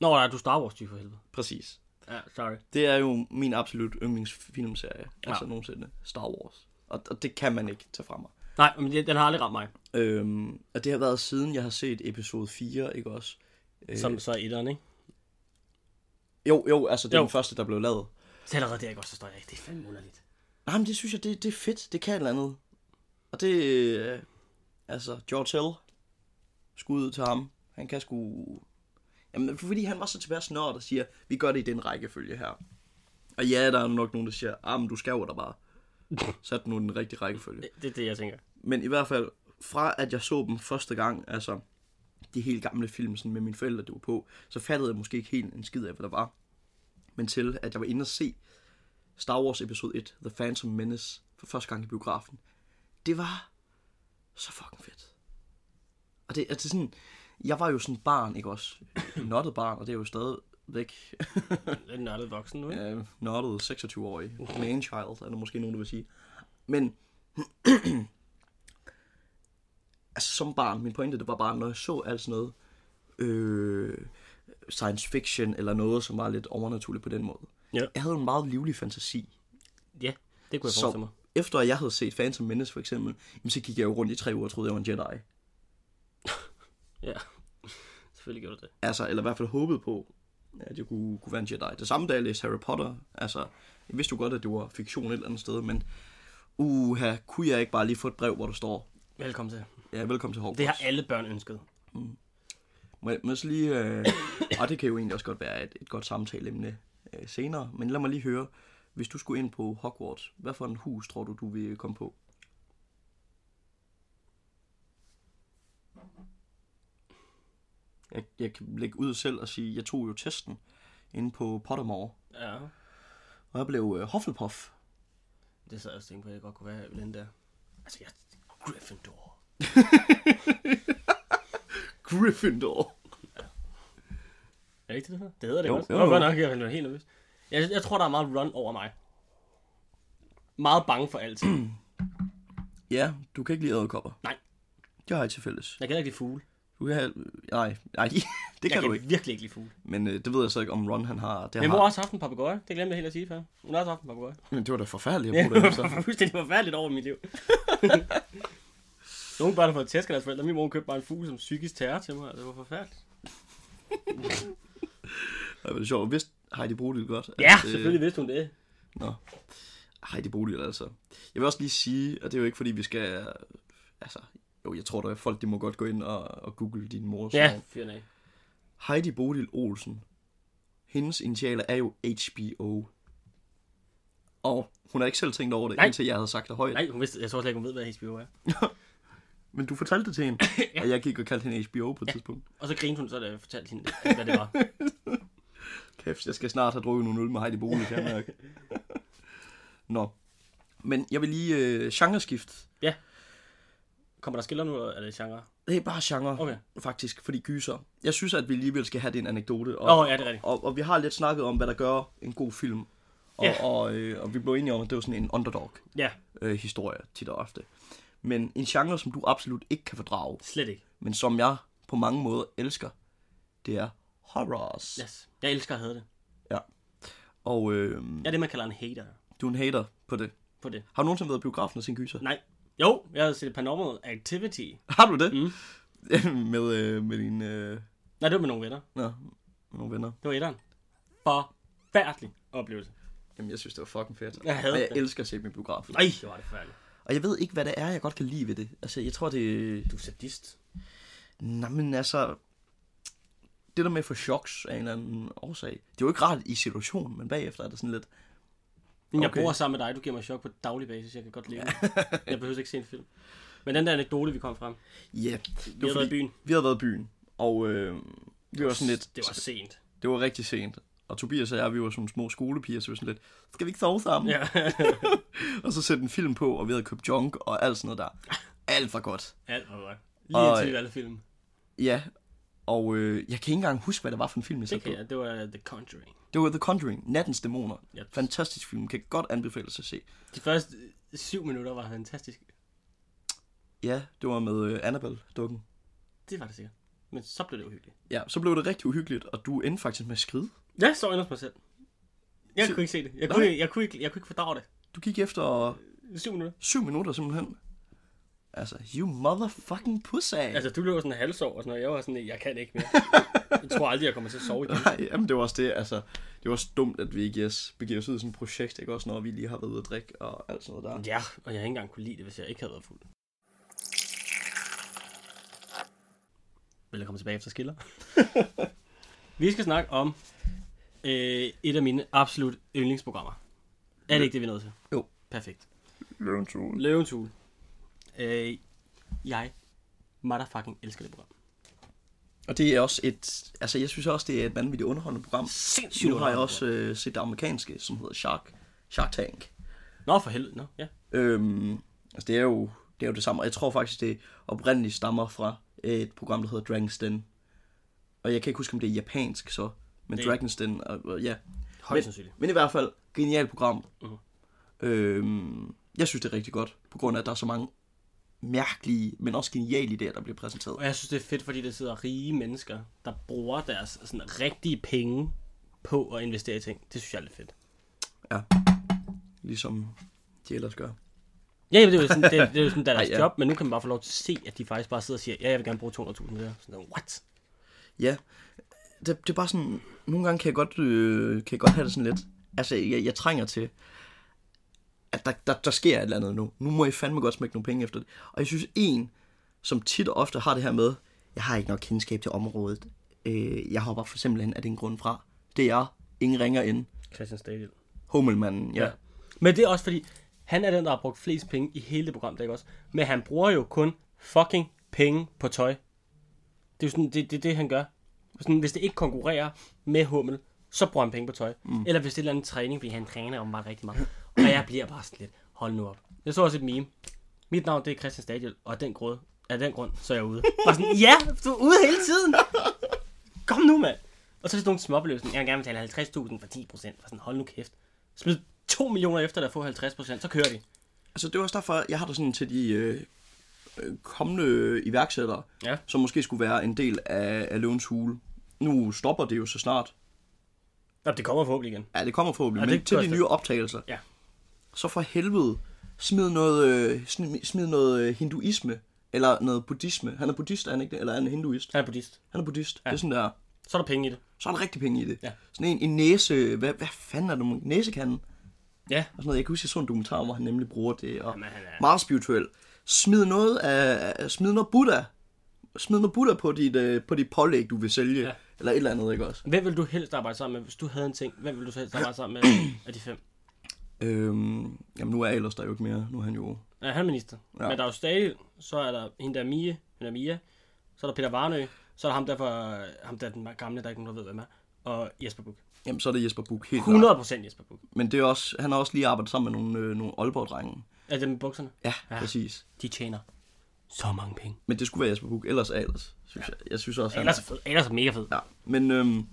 B: Nå, nej, du er Star Wars type for helvede.
A: Præcis.
B: Ja, sorry.
A: Det er jo min absolut yndlingsfilmserie, ja. altså
B: Ja.
A: nogensinde. Star Wars. Og, og det kan man ikke tage fra mig.
B: Nej, men den- den har aldrig ramt mig,
A: Øhm, og det har været siden, jeg har set episode 4, ikke også?
B: øh. som så er etteren, ikke?
A: Jo, jo, altså det er
B: Jo.
A: den første, der blev lavet.
B: Så allerede der, ikke også, så står jeg ikke. Det er fandme underligt.
A: Nej, men det synes jeg, det, det er fedt. Det kan et eller andet. Og det... Øh, altså, George Hill. Skud ud til ham. Han kan sgu... Jamen, fordi han var så tilbage snart og siger, vi gør det i den rækkefølge her. Og ja, der er nok nogen, der siger, ah, men du skæver dig bare. Sæt nu i den rigtige rækkefølge.
B: Det, det er det, jeg tænker.
A: Men i hvert fald, fra at jeg så dem første gang, altså de helt gamle film sådan med mine forældre, det var på, så fattede jeg måske ikke helt en skid af, hvad der var. Men til at jeg var inde og se Star Wars episode 1, The Phantom Menace, for første gang i biografen. Det var så fucking fedt. Og det, altså sådan, jeg var jo sådan barn, ikke også? Nottet barn, og det er jo stadigvæk
B: Lidt nørdet voksen nu, ikke?
A: øh, nottet 26-årig man-child, er der måske nogen, der vil sige. Men altså som barn, min pointe, det var bare, når jeg så alt sådan noget øh, science fiction eller noget, som var lidt overnaturligt på den måde.
B: Ja.
A: Jeg havde en meget livlig fantasi.
B: Ja, det kunne jeg forestille
A: Så
B: mig.
A: efter at jeg havde set Phantom Menace for eksempel, jamen, så gik jeg jo rundt i tre uger og troede, jeg var en Jedi.
B: Ja, selvfølgelig gjorde du det.
A: altså, eller i hvert fald håbede på, at jeg kunne, kunne være en Jedi. Det samme dag jeg læste Harry Potter, altså, jeg vidste jo godt, at det var fiktion et eller andet sted, men uha, kunne jeg ikke bare lige få et brev, hvor der står,
B: Velkommen til.
A: ja, velkommen til Hogwarts.
B: Det har alle børn ønsket.
A: Må jeg, må jeg så lige, øh, og det kan jo egentlig også godt være et, et godt samtaleemne øh, senere, men lad mig lige høre, hvis du skulle ind på Hogwarts, hvad for en hus tror du, du vil komme på? Jeg, jeg kan lægge ud selv og sige, jeg tog jo testen inde på Pottermore,
B: Ja.
A: og jeg blev øh, Hufflepuff.
B: Det sad jeg også og tænkte på, at jeg godt kunne være i den der. Altså, jeg... Gryffindor.
A: Gryffindor.
B: Er det ikke det, det hedder? Det hedder det
A: Jo,
B: jo, også.
A: jo,
B: Jo,
A: jo.
B: godt nok, jeg er helt nervøs. Jeg, jeg tror, der er meget run over mig. Meget bange for alt.
A: Ja, du kan ikke lide æderkopper.
B: Nej.
A: Det har jeg til fælles.
B: Jeg kan ikke lide fugle.
A: Du kan have... Nej, nej, det kan,
B: Jeg kan,
A: du
B: ikke.
A: ikke.
B: virkelig ikke lide fugle.
A: Men øh, det ved jeg så ikke, om Ron han har... Det
B: Min
A: har...
B: mor har også haft en papegøje. Det glemte jeg helt at sige før. Hun har også haft en papegøje.
A: Men det var da forfærdeligt
B: Ja,
A: at bruge altså. det.
B: det
A: Så.
B: var fuldstændig forfærdeligt over mit liv. Nogle børn har fået tæsk af deres forældre. Min mor hun købte bare en fugl som psykisk terror til mig. og Det var forfærdeligt.
A: Det var sjovt. Vidste Heidi Bodil godt?
B: Ja,
A: øh,
B: selvfølgelig vidste hun det.
A: Nå. Heidi Bodil altså. Jeg vil også lige sige, og det er jo ikke fordi vi skal... øh, Altså, jo, jeg tror da, folk de må godt gå ind og, og google din mors
B: Ja,
A: navn.
B: fyren af.
A: Heidi Bodil Olsen. Hendes initialer er jo HBO. Og hun har ikke selv tænkt over det, Nej.
B: Nej.
A: indtil jeg havde sagt det højt.
B: Nej, hun vidste, jeg tror slet ikke, hun ved, hvad HBO er.
A: Men du fortalte det til hende, ja. og jeg gik og kaldte hende HBO på et ja. tidspunkt.
B: Og så grinte hun, så da jeg fortalte hende, det, hvad det var.
A: Kæft, jeg skal snart have drukket nogle øl med Heidi Bole, kan jeg mærke. Nå. Men jeg vil lige øh, genreskift.
B: Kommer der skiller nu, eller er det genre?
A: Det er bare genre, okay.
B: Okay.
A: faktisk, fordi gyser. Jeg synes, at vi alligevel skal have den anekdote. Og,
B: Åh, oh, ja, det er rigtigt.
A: og, og vi har lidt snakket om, hvad der gør en god film. Og,
B: Ja.
A: og, øh, og vi blev enige om, at det var sådan en underdog-historie
B: Ja,
A: tit og ofte. Men en genre, som du absolut ikke kan fordrage,
B: slet ikke.
A: men som jeg på mange måder elsker, det er horrors.
B: Yes. Jeg elsker at have det.
A: Og øh,
B: Jeg er det, man kalder en hater
A: du er en hater på det.
B: på det.
A: Har du nogensinde været i biografen og set gyser?
B: Nej. Jo, jeg har set Paranormal Activity.
A: Har du det? Mm. med, øh, med dine... Øh,
B: Nej, det var med nogle venner.
A: nå, med nogle venner.
B: Det var etteren. Forfærdelig oplevelse.
A: Jamen, jeg synes, det var fucking fedt.
B: Jeg havde
A: og jeg
B: det.
A: elsker at se min biograf.
B: Nej, det var det forfærdeligt.
A: Og jeg ved ikke, hvad det er, jeg godt kan lide ved det. Altså, jeg tror, det...
B: Du er sadist.
A: Nå, men altså... Det der med at få choks af en eller anden årsag. Det er jo ikke rart i situationen, men bagefter er det sådan lidt...
B: Men jeg
A: Okay.
B: bor sammen med dig. Du giver mig chok på daglig basis. Jeg kan godt leve. med det. jeg behøver ikke se en film. Men den der anekdote, vi kom frem.
A: Ja, yeah. det
B: Vi
A: var
B: har været
A: fordi,
B: i byen.
A: vi havde været i byen, og øh, det var sådan lidt...
B: Det var sent.
A: det var rigtig sent. Og Tobias og jeg, vi var sådan små skolepiger, så vi var sådan lidt, skal vi ikke sove sammen?
B: Ja.
A: Og så sætte en film på, og vi havde købt junk og alt sådan noget der. Alt for godt.
B: Alt var godt. Lige
A: Og- øh,
B: indtil vi valgte film.
A: Ja, og øh, jeg kan ikke engang huske, hvad det var for en film, jeg
B: Det
A: satte
B: kan
A: på.
B: jeg. Det var uh, The Conjuring.
A: Det var The Conjuring, Nattens Dæmoner.
B: Yep.
A: Fantastisk film, kan godt anbefales at se.
B: De første øh, syv minutter var fantastisk.
A: Ja, det var med øh, Annabelle-dukken.
B: Det var det sikkert. Men så blev det uhyggeligt.
A: Ja, så blev det rigtig uhyggeligt, og du endte faktisk med at skride.
B: Jeg står inde hos mig selv. Jeg
A: Så-
B: kunne ikke se det. Jeg
A: Nej.
B: kunne, jeg, kunne ikke, jeg kunne ikke fordrage det.
A: Du gik efter
B: Syv minutter.
A: syv minutter simpelthen. Altså, you motherfucking pussy. Altså,
B: Altså, du løber sådan en halvsov og sådan noget. Jeg var sådan, jeg kan ikke mere. jeg tror aldrig, jeg kommer til at sove igen.
A: Nej, jamen det var også det, altså. Det var også dumt, at vi ikke yes, begiver os ud i sådan et projekt, ikke også, når vi lige har været ude at drikke og alt sådan noget der.
B: Ja, og jeg havde ikke engang kunne lide det, hvis jeg ikke havde været fuld. Velkommen tilbage efter skiller. vi skal snakke om øh, et af mine absolut yndlingsprogrammer. Er det ikke det, vi er nået til?
A: Jo.
B: Perfekt.
A: Løvens hule.
B: Løvens Hule. Øh, jeg motherfucking elsker det program.
A: Og det er også et, altså jeg synes også, det er et vanvittigt underholdende program.
B: Sindssygt
A: Nu har jeg også øh, set det amerikanske, som hedder Shark Shark Tank.
B: Nå, for helvede, nå, ja.
A: Øhm, altså det er, jo, det er jo det samme. Og Jeg tror faktisk, det oprindeligt stammer fra øh, et program, der hedder Dragon's Den. Og jeg kan ikke huske, om det er japansk så. Men
B: Det-
A: Dragon's Den, og, og, ja.
B: Højst sandsynligt.
A: Men i hvert fald, genialt program.
B: Mhm.
A: Øhm, jeg synes, det er rigtig godt, på grund af, at der er så mange mærkelige, men også geniale idéer, der bliver præsenteret.
B: Og jeg synes, det er fedt, fordi der sidder rige mennesker, der bruger deres sådan, rigtige penge på at investere i ting. Det synes jeg er lidt fedt.
A: Ligesom de ellers gør.
B: Ja, jamen, det er jo sådan, det, er- det er jo sådan der er deres
A: Ej, ja.
B: job, men nu kan man bare få lov til at se, at de faktisk bare sidder og siger, ja, jeg vil gerne bruge 200.000 der. Sådan der, what?
A: Ja, det, det er bare sådan, nogle gange kan jeg godt, øh, kan jeg godt have det sådan lidt, altså jeg, jeg trænger til, at der, der, der sker et eller andet nu. Nu må I fandme godt smække nogle penge efter det. Og jeg synes, en, som tit og ofte har det her med, jeg har ikke nok kendskab til området, øh, jeg hopper for simpelthen af den grund fra, det er ingen ringer ind.
B: Christian Stadiel.
A: Hummelmanden, ja.
B: Ja. Men det er også fordi, han er den, der har brugt flest penge i hele det program, det er ikke også? Men han bruger jo kun fucking penge på tøj. Det er jo sådan, det, det, er det han gør. Sådan, hvis det ikke konkurrerer med Hummel, så bruger han penge på tøj. Mm. Eller hvis det er en eller anden træning, fordi han træner om bare rigtig meget. Og jeg bliver bare sådan lidt, hold nu op. Jeg så også et meme. Mit navn, det er Christian Stadiel, og af den grund, af den grund, så er jeg ude. Bare sådan, ja, du er ude hele tiden. Kom nu, mand. Og så er det sådan nogle småbeløb, sådan, jeg vil gerne betale 50.000 for 10 procent. Sådan, hold nu kæft. Smid 2 millioner efter dig og få 50 procent, så kører vi.
A: Altså det var også derfor, jeg har det sådan til de øh, øh, kommende iværksættere,
B: Ja.
A: som måske skulle være en del af, af løvens hule. Nu stopper det jo så snart,
B: Nå, det kommer forhåbentlig igen.
A: Ja, det kommer forhåbentlig,
B: Ja,
A: men
B: det
A: ikke til
B: gør
A: de
B: det.
A: nye optagelser.
B: Ja.
A: Så for helvede, smid noget, øh, smid, smid noget øh, hinduisme, eller noget buddhisme. Han er buddhist, er han ikke det? Eller er han hinduist?
B: Han er buddhist.
A: Han er buddhist. Ja. Det er sådan der.
B: Så er der penge i det.
A: Så er der rigtig penge i det.
B: Ja.
A: Sådan en, en næse, hvad, hvad fanden er det, man- næsekanden?
B: Ja.
A: Og sådan noget. Jeg kan huske, jeg så en dokumentar, hvor han nemlig bruger det, og
B: Jamen, han er...
A: meget spirituel. Smid noget, af, af- smid noget Buddha. Smid noget Buddha på dit, øh, på dit pålæg, du vil sælge.
B: Ja.
A: Eller et eller andet, ikke også?
B: Hvem vil du helst arbejde sammen med, hvis du havde en ting? Hvem vil du så helst arbejde sammen med af de fem?
A: Øhm, jamen, nu er Ellers der jo ikke mere. Nu er han jo...
B: Ja, han er minister.
A: Ja.
B: Ja. Men der er jo stadig, så er der hende der Mie, hende der Mia, så er der Peter Varnø, så er der ham der, fra, ham der er den gamle, der ikke nogen, der ved, hvem er, og Jesper Buch.
A: Jamen, så er det Jesper Buch helt klart.
B: 100 procent Jesper Buch.
A: Men det er også, han har også lige arbejdet sammen med nogle, øh, nogle Aalborg-drenge.
B: Er det med bukserne?
A: Ja, ja, præcis.
B: De tjener så mange penge.
A: Men det skulle være Jesper Buch, ellers Alers, synes jeg. Jeg synes også, han
B: Ellers er fed. Ellers er mega fed.
A: Ja, men, øhm,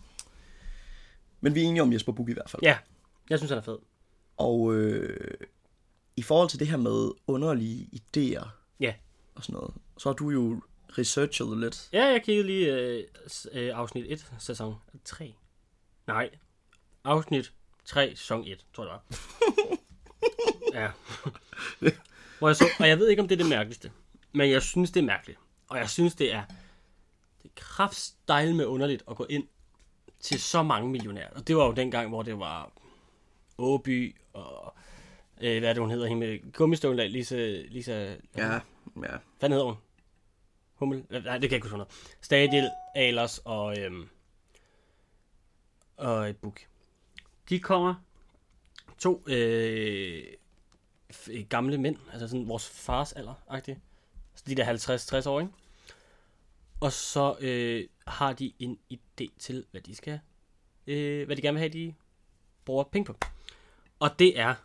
A: men vi er enige om Jesper Buch i hvert fald.
B: Ja, jeg synes, han er fed.
A: Og øh, i forhold til det her med underlige idéer
B: Ja.
A: og sådan noget, så har du jo researchet lidt.
B: Ja, jeg kiggede lige øh, s- øh, afsnit 1, sæson 3. Nej, afsnit 3, sæson 1, tror jeg det var. ja. Hvor jeg så, og jeg ved ikke, om det er det mærkeligste, men jeg synes, det er mærkeligt. Og jeg synes, det er, det er kraftstejl med underligt at gå ind til så mange millionærer. Og det var jo dengang, hvor det var Åby og... Øh, hvad er det, hun hedder? Hende med gummistøvlen af, Lisa... Lisa
A: Ja, ja.
B: hvad hedder hun? Hummel? Nej, det kan jeg ikke huske, hun hedder. Stadiel, Alers og, øhm, og et Buk. De kommer to øh, f- gamle mænd, altså sådan vores fars alder -agtige. Så de der 50-60 år, ikke? Og så øh, har de en idé til, hvad de skal, øh, hvad de gerne vil have, de bruger penge på. Og det er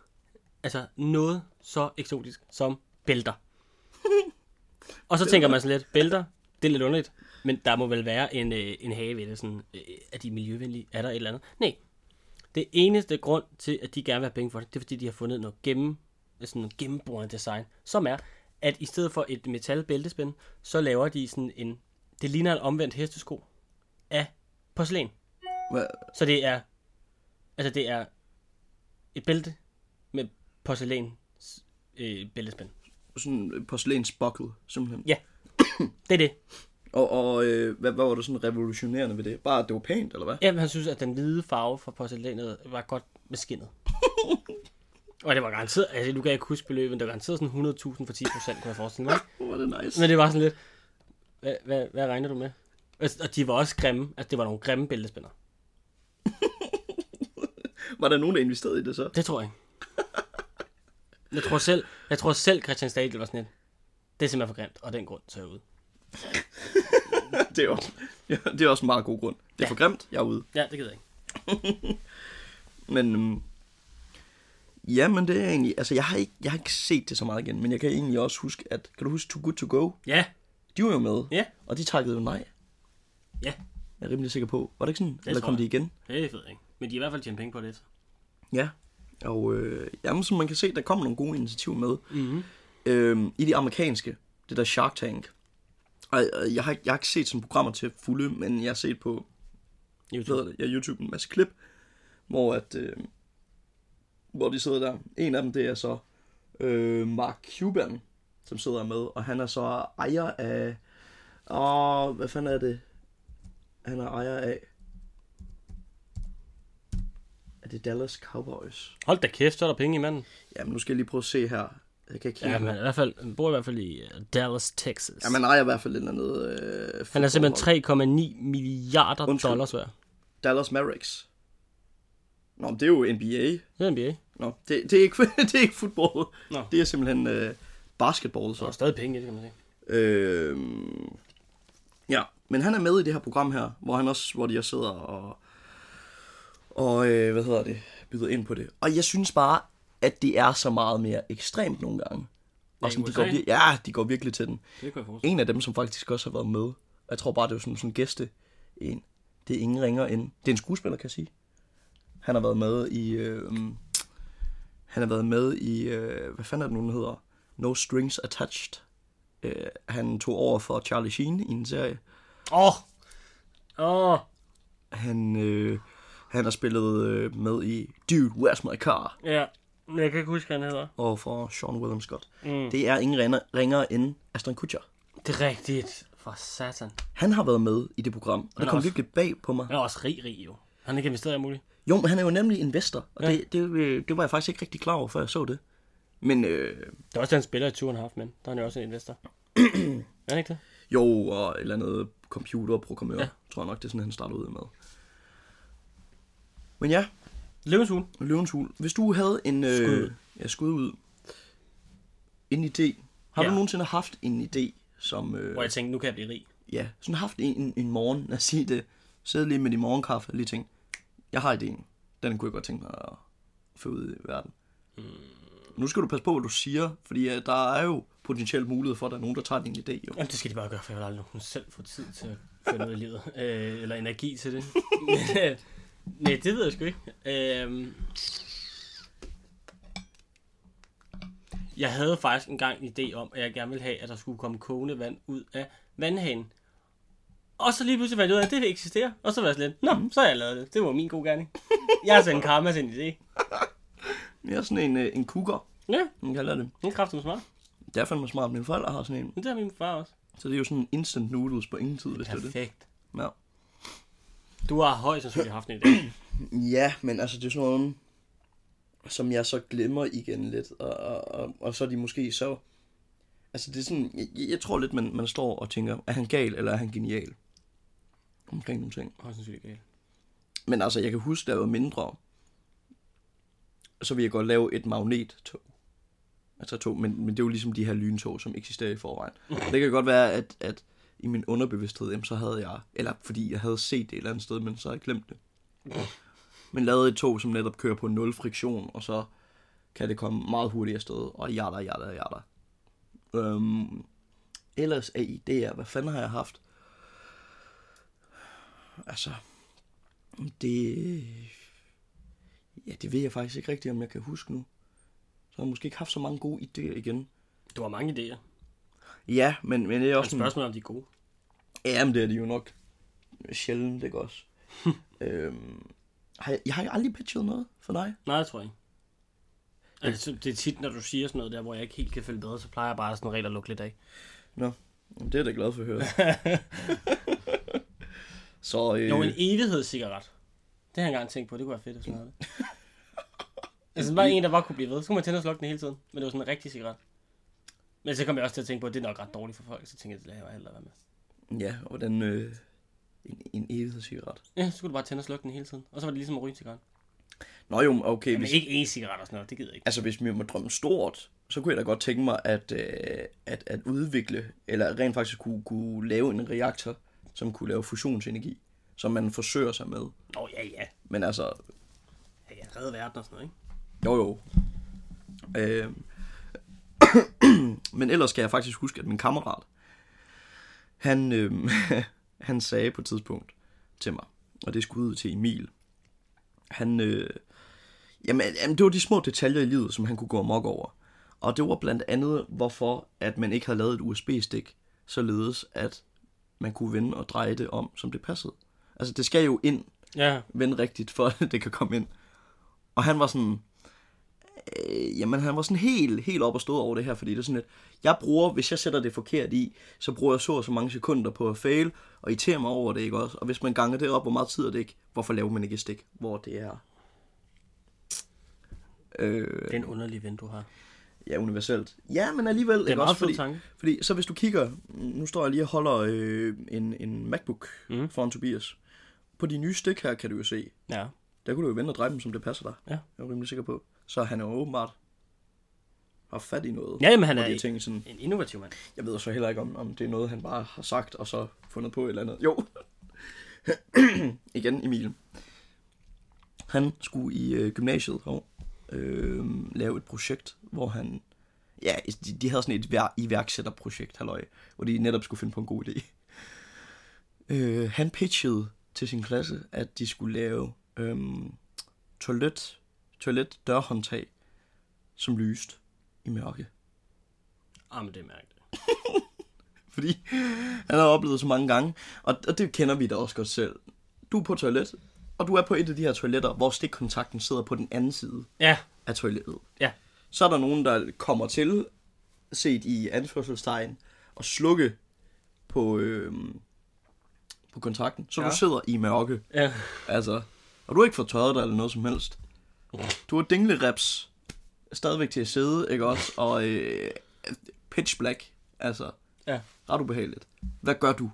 B: altså noget så eksotisk som bælter. Og så tænker man sådan lidt, bælter, det er lidt underligt, men der må vel være en, øh, en have ved det, sådan, øh, er de miljøvenlige, er der et eller andet? Nej. Det eneste grund til, at de gerne vil have penge for det, det er fordi, de har fundet noget gennem, sådan noget gennemborende design, som er, at i stedet for et metalbæltespænd, så laver de sådan en, det ligner en omvendt hestesko af porcelæn.
A: Hva,
B: Så det er, altså det er et bælte med porcelæn øh, bæltespænd.
A: sådan porcelænsbokket, simpelthen.
B: Ja. Det er det.
A: Og, og øh, hvad, hvad var der sådan revolutionerende ved det? Bare, at det var pænt, eller hvad?
B: Jamen, han synes, at den hvide farve fra porcelænet var godt med skinnet. og det var garanteret, altså nu kan jeg ikke huske beløbet, men det var garanteret sådan 100.000 for 10%, kunne jeg forestille mig.
A: Hvor var det nice.
B: Men det var sådan lidt, hvad, hvad, hvad regner du med? Altså, Og de var også grimme, altså det var nogle grimme bæltespænder.
A: Var der nogen, der investerede i det så?
B: Det tror jeg ikke. Jeg tror selv, jeg tror selv Christian Stadel var sådan lidt, det er simpelthen for grimt, og af den grund så er jeg ud.
A: Det er også, ja, det er også en meget god grund. Det er for grimt, jeg er ude.
B: Ja, det gider jeg ikke.
A: Men øhm, Ja, men det er egentlig... Altså, jeg har, ikke, jeg har ikke set det så meget igen, men jeg kan egentlig også huske, at... Kan du huske Too Good To Go?
B: Ja,
A: De var jo med,
B: ja,
A: og de trækkede jo nej.
B: ja.
A: Jeg er rimelig sikker på. Var det ikke sådan? Eller
B: tror
A: kom
B: jeg.
A: de igen?
B: Det ved jeg ikke. Men de har i hvert fald tjent penge på det. efter.
A: Ja. Og øh, jamen, som man kan se, der kommer nogle gode initiativer med.
B: Mhm.
A: Mm-hmm. Øhm, I det amerikanske, det der Shark Tank. Og, og jeg, har, ikke- jeg har ikke set sådan programmer til fulde, men jeg har set på
B: YouTube.
A: hvad hedder det, ja, YouTube en masse klip, hvor, at, øh, hvor de sidder der. En af dem, det er så øh, Mark Cuban, som sidder med, og han er så ejer af... Åh, hvad fanden er det? Han er ejer af... Er det Dallas Cowboys?
B: Hold da kæft, så er der penge i manden.
A: Jamen, nu skal jeg lige prøve at se her. Jeg kan ikke
B: Ja,
A: helt...
B: men i hvert fald, han bor i hvert fald i øh, Dallas, Texas.
A: Ja, man ejer i hvert fald et eller andet... Øh,
B: han
A: fodboldhold.
B: er simpelthen 3,9 milliarder
A: Undskyld.
B: dollars værd.
A: Dallas Mavericks. Nå, men det er jo NBA.
B: Det er NBA.
A: Nå, det, det, er, ikke, det er ikke fodbold.
B: Nå.
A: Det er simpelthen øh, basketball,
B: Der er
A: så.
B: stadig penge i det, kan man sige.
A: Øh, ja, men han er med i det her program her, hvor han også, hvor de også sidder og, og øh, hvad hedder det, byder ind på det. Og jeg synes bare, at det er så meget mere ekstremt nogle gange.
B: i
A: Og sådan, de
B: USA?
A: går, vir- ja, de går virkelig til den.
B: Det kan jeg forstå.
A: En af dem, som faktisk også har været med, og jeg tror bare, det var sådan sådan en gæste, en, det er ingen ringer end, det er en skuespiller, kan jeg sige. Han har været med i, øh, mm, han har været med i, øh, hvad fanden er det nu, den hedder? No Strings Attached. Øh, han tog over for Charlie Sheen i en serie.
B: Åh! Åh!
A: Han, øh, han har spillet øh, med i Dude, Where's My Car?
B: Ja, men jeg kan ikke huske, hvad han hedder.
A: Og for Sean William Scott.
B: Mm.
A: Det er ingen ringer, ringer end Aston Kutcher.
B: Det er rigtigt. For satan.
A: Han har været med i det program, og det
B: er
A: kom
B: også-
A: virkelig bag på mig.
B: Han er også rig, rig jo. Han er ikke investeret i alt muligt.
A: Jo, men han er jo nemlig investor, og ja. det, det, øh, det var jeg faktisk ikke rigtig klar over, før jeg så det. Men øh,
B: Det er også, da han spiller i Two and a Half Men. Der er han jo også en investor. er han ikke det?
A: jo, og et eller andet computerprogrammør, ja. tror jeg nok, det er sådan, han startede ud med. Men ja,
B: Løvens Hule.
A: løvens hul. Hvis du havde en øh,
B: Skud.
A: Ja, skud ud, en idé. Har ja.
B: Ja.
A: du nogensinde haft en idé, som...
B: Hvor
A: Øh,
B: jeg tænkte, nu kan jeg blive rig.
A: ja, sådan haft en, en, en morgen, lad os sige det. Sidde lige med din morgenkaffe og lige tænke, jeg har idéen. Den kunne jeg godt tænke mig at få ud i verden.
B: Hmm.
A: Mm. Nu skal du passe på, hvad du siger, fordi øh, der er jo potentielt mulighed for, at der er nogen, der tager din idé. Jo.
B: Jamen, det skal de bare gøre, for jeg vil aldrig nogensinde selv få tid til at få noget i livet. Øh, eller energi til det. øh, Nej, det ved jeg sgu ikke. Øh, jeg havde faktisk engang en idé om, at jeg gerne ville have, at der skulle komme kogende vand ud af vandhanen. Og så lige pludselig fandt jeg ud af, at det vil eksistere. Og så var jeg sådan lidt, nå, så har jeg lavet det. Det var min gode gerning. Jeg har sendt karma til en idé.
A: Jeg er sådan en, øh, en kukker,
B: Ja,
A: man kalder det.
B: det er kraftigt smart.
A: Det er fandme smart, mine forældre har sådan en.
B: Men det har min far også.
A: Så det er jo sådan instant noodles på ingen tid, hvis det er det.
B: Perfekt.
A: Ja.
B: Du har højst sandsynligt haft en idé.
A: Ja, men altså det er sådan noget, som jeg så glemmer igen lidt, og, og, og, og så er de måske så... Altså det er sådan, jeg, jeg tror lidt, man, man står og tænker, er han gal, eller er han genial? Omkring nogle ting.
B: Højst sandsynligt galt.
A: Men altså, jeg kan huske, da jeg var mindre, så ville jeg godt lave et magnettog. Altså tog, men, men det er jo ligesom de her lyntog, som eksisterer i forvejen. Det kan godt være, at, at i min underbevidsthed, jamen, så havde jeg, eller fordi jeg havde set det et eller andet sted, men så havde jeg glemt det. Men lavede et tog, som netop kører på nul friktion, og så kan det komme meget hurtigt afsted, og jada, jada, jada. Øhm, ellers af idéer, hvad fanden har jeg haft? Altså, det... Ja, det ved jeg faktisk ikke rigtigt, om jeg kan huske nu. Så har jeg måske ikke haft så mange gode idéer igen.
B: Du har mange idéer.
A: Ja, men, men det er
B: Men
A: også...
B: spørgsmålet er, om de er gode.
A: Ja, men det er de jo nok sjældent, ikke også? øhm, har jeg, jeg har aldrig pitchet noget for dig.
B: Nej, det tror jeg ikke. Altså, det er tit, når du siger sådan noget der, hvor jeg ikke helt kan følge med, så plejer jeg bare sådan regel at lukke lidt af.
A: Nå, jamen, det er jeg da glad for at høre. så, øh,
B: Jo, en evighedscigaret. Det har jeg engang tænkt på, det kunne være fedt at sådan noget. altså, bare en, der bare kunne blive ved. Så kunne man tænde og slukke den hele tiden. Men det var sådan en rigtig cigaret. Men så kom jeg også til at tænke på, at det er nok ret dårligt for folk. Så tænkte jeg, det lader jeg heller være med.
A: ja, og hvordan... Øh, en, en evighedscigaret.
B: Ja, så skulle du bare tænde og slukke den hele tiden. Og så var det ligesom at ryge en cigaret.
A: Nå jo, okay,
B: Men
A: hvis,
B: ikke én cigaret og sådan noget, det gider jeg ikke.
A: altså hvis vi må drømme stort, så kunne jeg da godt tænke mig at, øh, at, at udvikle, eller rent faktisk kunne, kunne lave en reaktor, som kunne lave fusionsenergi, som man forsøger sig med.
B: Nå, ja, ja.
A: Men altså,
B: Ja, ja, redde verden og sådan noget, ikke?
A: jo jo, Øh, men ellers skal jeg faktisk huske, at min kammerat, han, øh, han sagde på et tidspunkt til mig, og det skulle ud til Emil, han, øh, jamen, jamen, det var de små detaljer i livet, som han kunne gå amok over. Og det var blandt andet, hvorfor at man ikke havde lavet et USB-stik, således at man kunne vende og dreje det om, som det passede. Altså, det skal jo ind,
B: Ja,
A: vende rigtigt, for at det kan komme ind. Og han var sådan, øh, jamen han var sådan helt, helt op og stå over det her, fordi det er sådan lidt, jeg bruger, hvis jeg sætter det forkert i, så bruger jeg så og så mange sekunder på at fail, og irritere mig over det, ikke også? Og hvis man ganger det op, hvor meget tid er det ikke, hvorfor laver man ikke et stik, hvor det er, øh,
B: det er en underlig ven, du har.
A: ja, universelt. Ja, men alligevel,
B: Det er en
A: ikke
B: meget
A: også?
B: fed
A: Fordi,
B: tanke.
A: fordi så hvis du kigger, nu står jeg lige og holder øh, en, en MacBook
B: Mhm.
A: mm. foran Tobias. På de nye stik her kan du jo se,
B: Ja.
A: der kunne du jo vende og dreje dem, som det passer dig.
B: Ja.
A: Jeg er rimelig sikker på. Så han er jo åbenbart har fat i noget.
B: Ja, jamen, han
A: Og
B: er
A: de her ting sådan,
B: en innovativ mand.
A: jeg ved så heller ikke, om, om det er noget, han bare har sagt, og så fundet på et eller andet. Jo. Igen Emil. Han skulle i øh, gymnasiet og øh, lave et projekt, hvor han... Ja, de, de havde sådan et vær- iværksætterprojekt, halløj, hvor de netop skulle finde på en god idé. Øh, han pitchede til sin klasse, at de skulle lave øh, toilet, toilet dørhåndtag, som lyste i mørke.
B: Ah, men det mærker jeg.
A: Fordi han har oplevet så mange gange, og, og det kender vi da også godt selv. Du er på toilet, og du er på et af de her toiletter, hvor stikkontakten sidder på den anden side
B: Ja,
A: af toilettet.
B: ja.
A: Så er der nogen, der kommer til, set i anførselstegn, og slukke på, øhm, på kontakten. Så ja.
B: Ja.
A: du sidder i mørke,
B: Ja.
A: altså. Og du har ikke fået tørret dig eller noget som helst. Du har dinglereps stadigvæk til at sidde, ikke også? Og øh, pitch black, altså.
B: Ja.
A: Ret ubehageligt. Hvad gør du?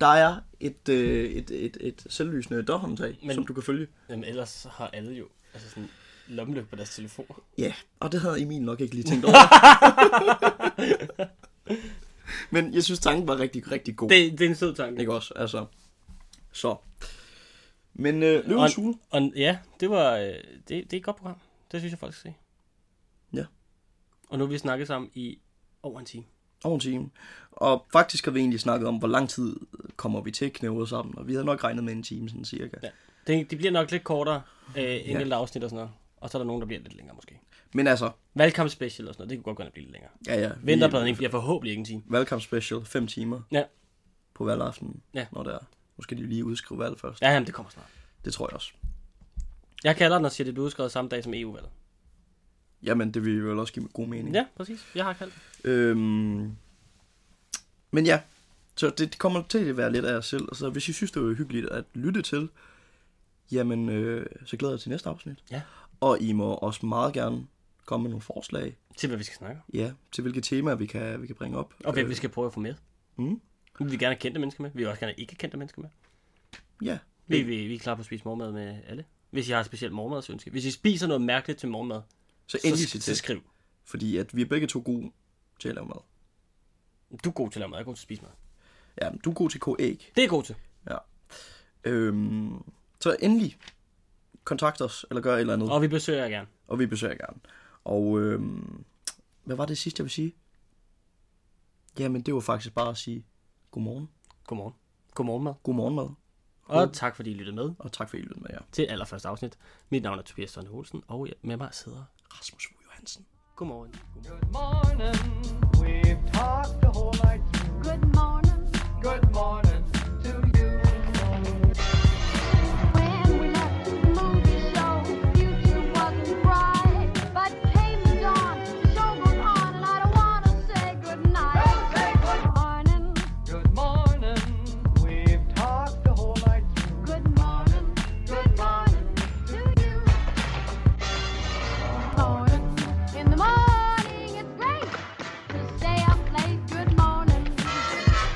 A: Der er et, øh, et, et, et selvlysende dørhåndtag,
B: Men-
A: Men... som du kan følge.
B: Jamen, ellers har alle jo altså sådan lommelygte på deres telefon.
A: Ja, og det havde Emil nok ikke lige tænkt over. Men jeg synes, tanken var rigtig, rigtig god.
B: Det, det er en sød tanke.
A: Ikke også? Altså, så. Men øh,
B: Og-
A: løvens hule.
B: Og ja, det var øh, det, det er et godt program. Det synes jeg folk skal se.
A: Ja.
B: Og nu har vi snakket sammen i over en time.
A: Over en time. Og faktisk har vi egentlig snakket om, hvor lang tid kommer vi til at knæve sammen. Og vi havde nok regnet med en time, sådan cirka.
B: Ja. Det, det bliver nok lidt kortere øh, enkelte afsnit og sådan noget. Og så er der nogen, der bliver lidt længere måske.
A: Men altså,
B: Valgkamp special og sådan noget, det kunne godt gå hen og blive lidt længere.
A: ja ja.
B: Vinterpadning bliver forhåbentlig ikke en time.
A: Valgkamp special, 5 timer
B: Ja,
A: på valgaften,
B: Ja.
A: når det er. Nu skal de lige udskrive valg først. Ja.
B: ja jamen, det kommer snart.
A: Det tror jeg også.
B: Jeg kalder den og siger, at det blev udskrevet samme dag som E EU-valget.
A: Jamen, det vil vel også give god mening.
B: Ja, præcis. Jeg har kaldt det.
A: Øhm, men ja, så det kommer til at være lidt af jer selv. Altså, hvis I synes, det var hyggeligt at lytte til, jamen, øh, så glæder jeg til næste afsnit.
B: Ja.
A: Og I må også meget gerne komme med nogle forslag
B: til, hvad vi skal snakke om.
A: ja, til, hvilke temaer vi kan, vi kan bringe op.
B: Og hvem vi skal prøve at få med.
A: Øh. Mm,
B: Vi vil gerne have kendte mennesker med. Vi vil også gerne have ikke kendte mennesker med.
A: ja,
B: Vi, vi, vi er klar på at spise morgenmad med alle. Hvis I har et specielt morgenmadsønske. Hvis I spiser noget mærkeligt til morgenmad,
A: så endelig
B: så,
A: sig
B: så
A: til.
B: skriv.
A: Fordi at vi er begge to gode til at lave mad.
B: Du er god til at lave mad, jeg er god til at spise mad.
A: Ja, men du er god til at koge æg.
B: Det er jeg god til.
A: Ja. Øhm, så endelig kontakt os, eller gør et eller andet.
B: Og vi besøger jer gerne.
A: Og vi besøger gerne. Og øhm, hvad var det sidste, jeg ville sige? Jamen, det var faktisk bare at sige godmorgen,
B: Godmorgen. Godmorgen mad.
A: godmorgenmad,
B: Og tak fordi I lyttede med
A: og tak for, at I lyttede med jer.
B: til allerførste afsnit. Mit navn er Tobias Sønder Olsen, og jeg- med mig sidder
A: Rasmus Fogh Johansen.
B: Godmorgen. Godmorgen.
C: Good morning. We've talked the whole night through.
D: Good morning
C: Good morning to you.
D: when we left the movie show. Future wasn't bright, but came the dawn. The show goes on, and I don't wanna say goodnight.
C: Don't say good-
D: morning.
C: Good morning. We've talked the whole night through.
D: Good morning. Good morning to you. Morning. In the morning, it's great to stay up late. Good morning.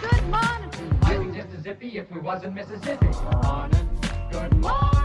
D: Good morning to
C: I'd
D: you.
C: be just as zippy if we wasn't Mississippi. Morning. Good morning.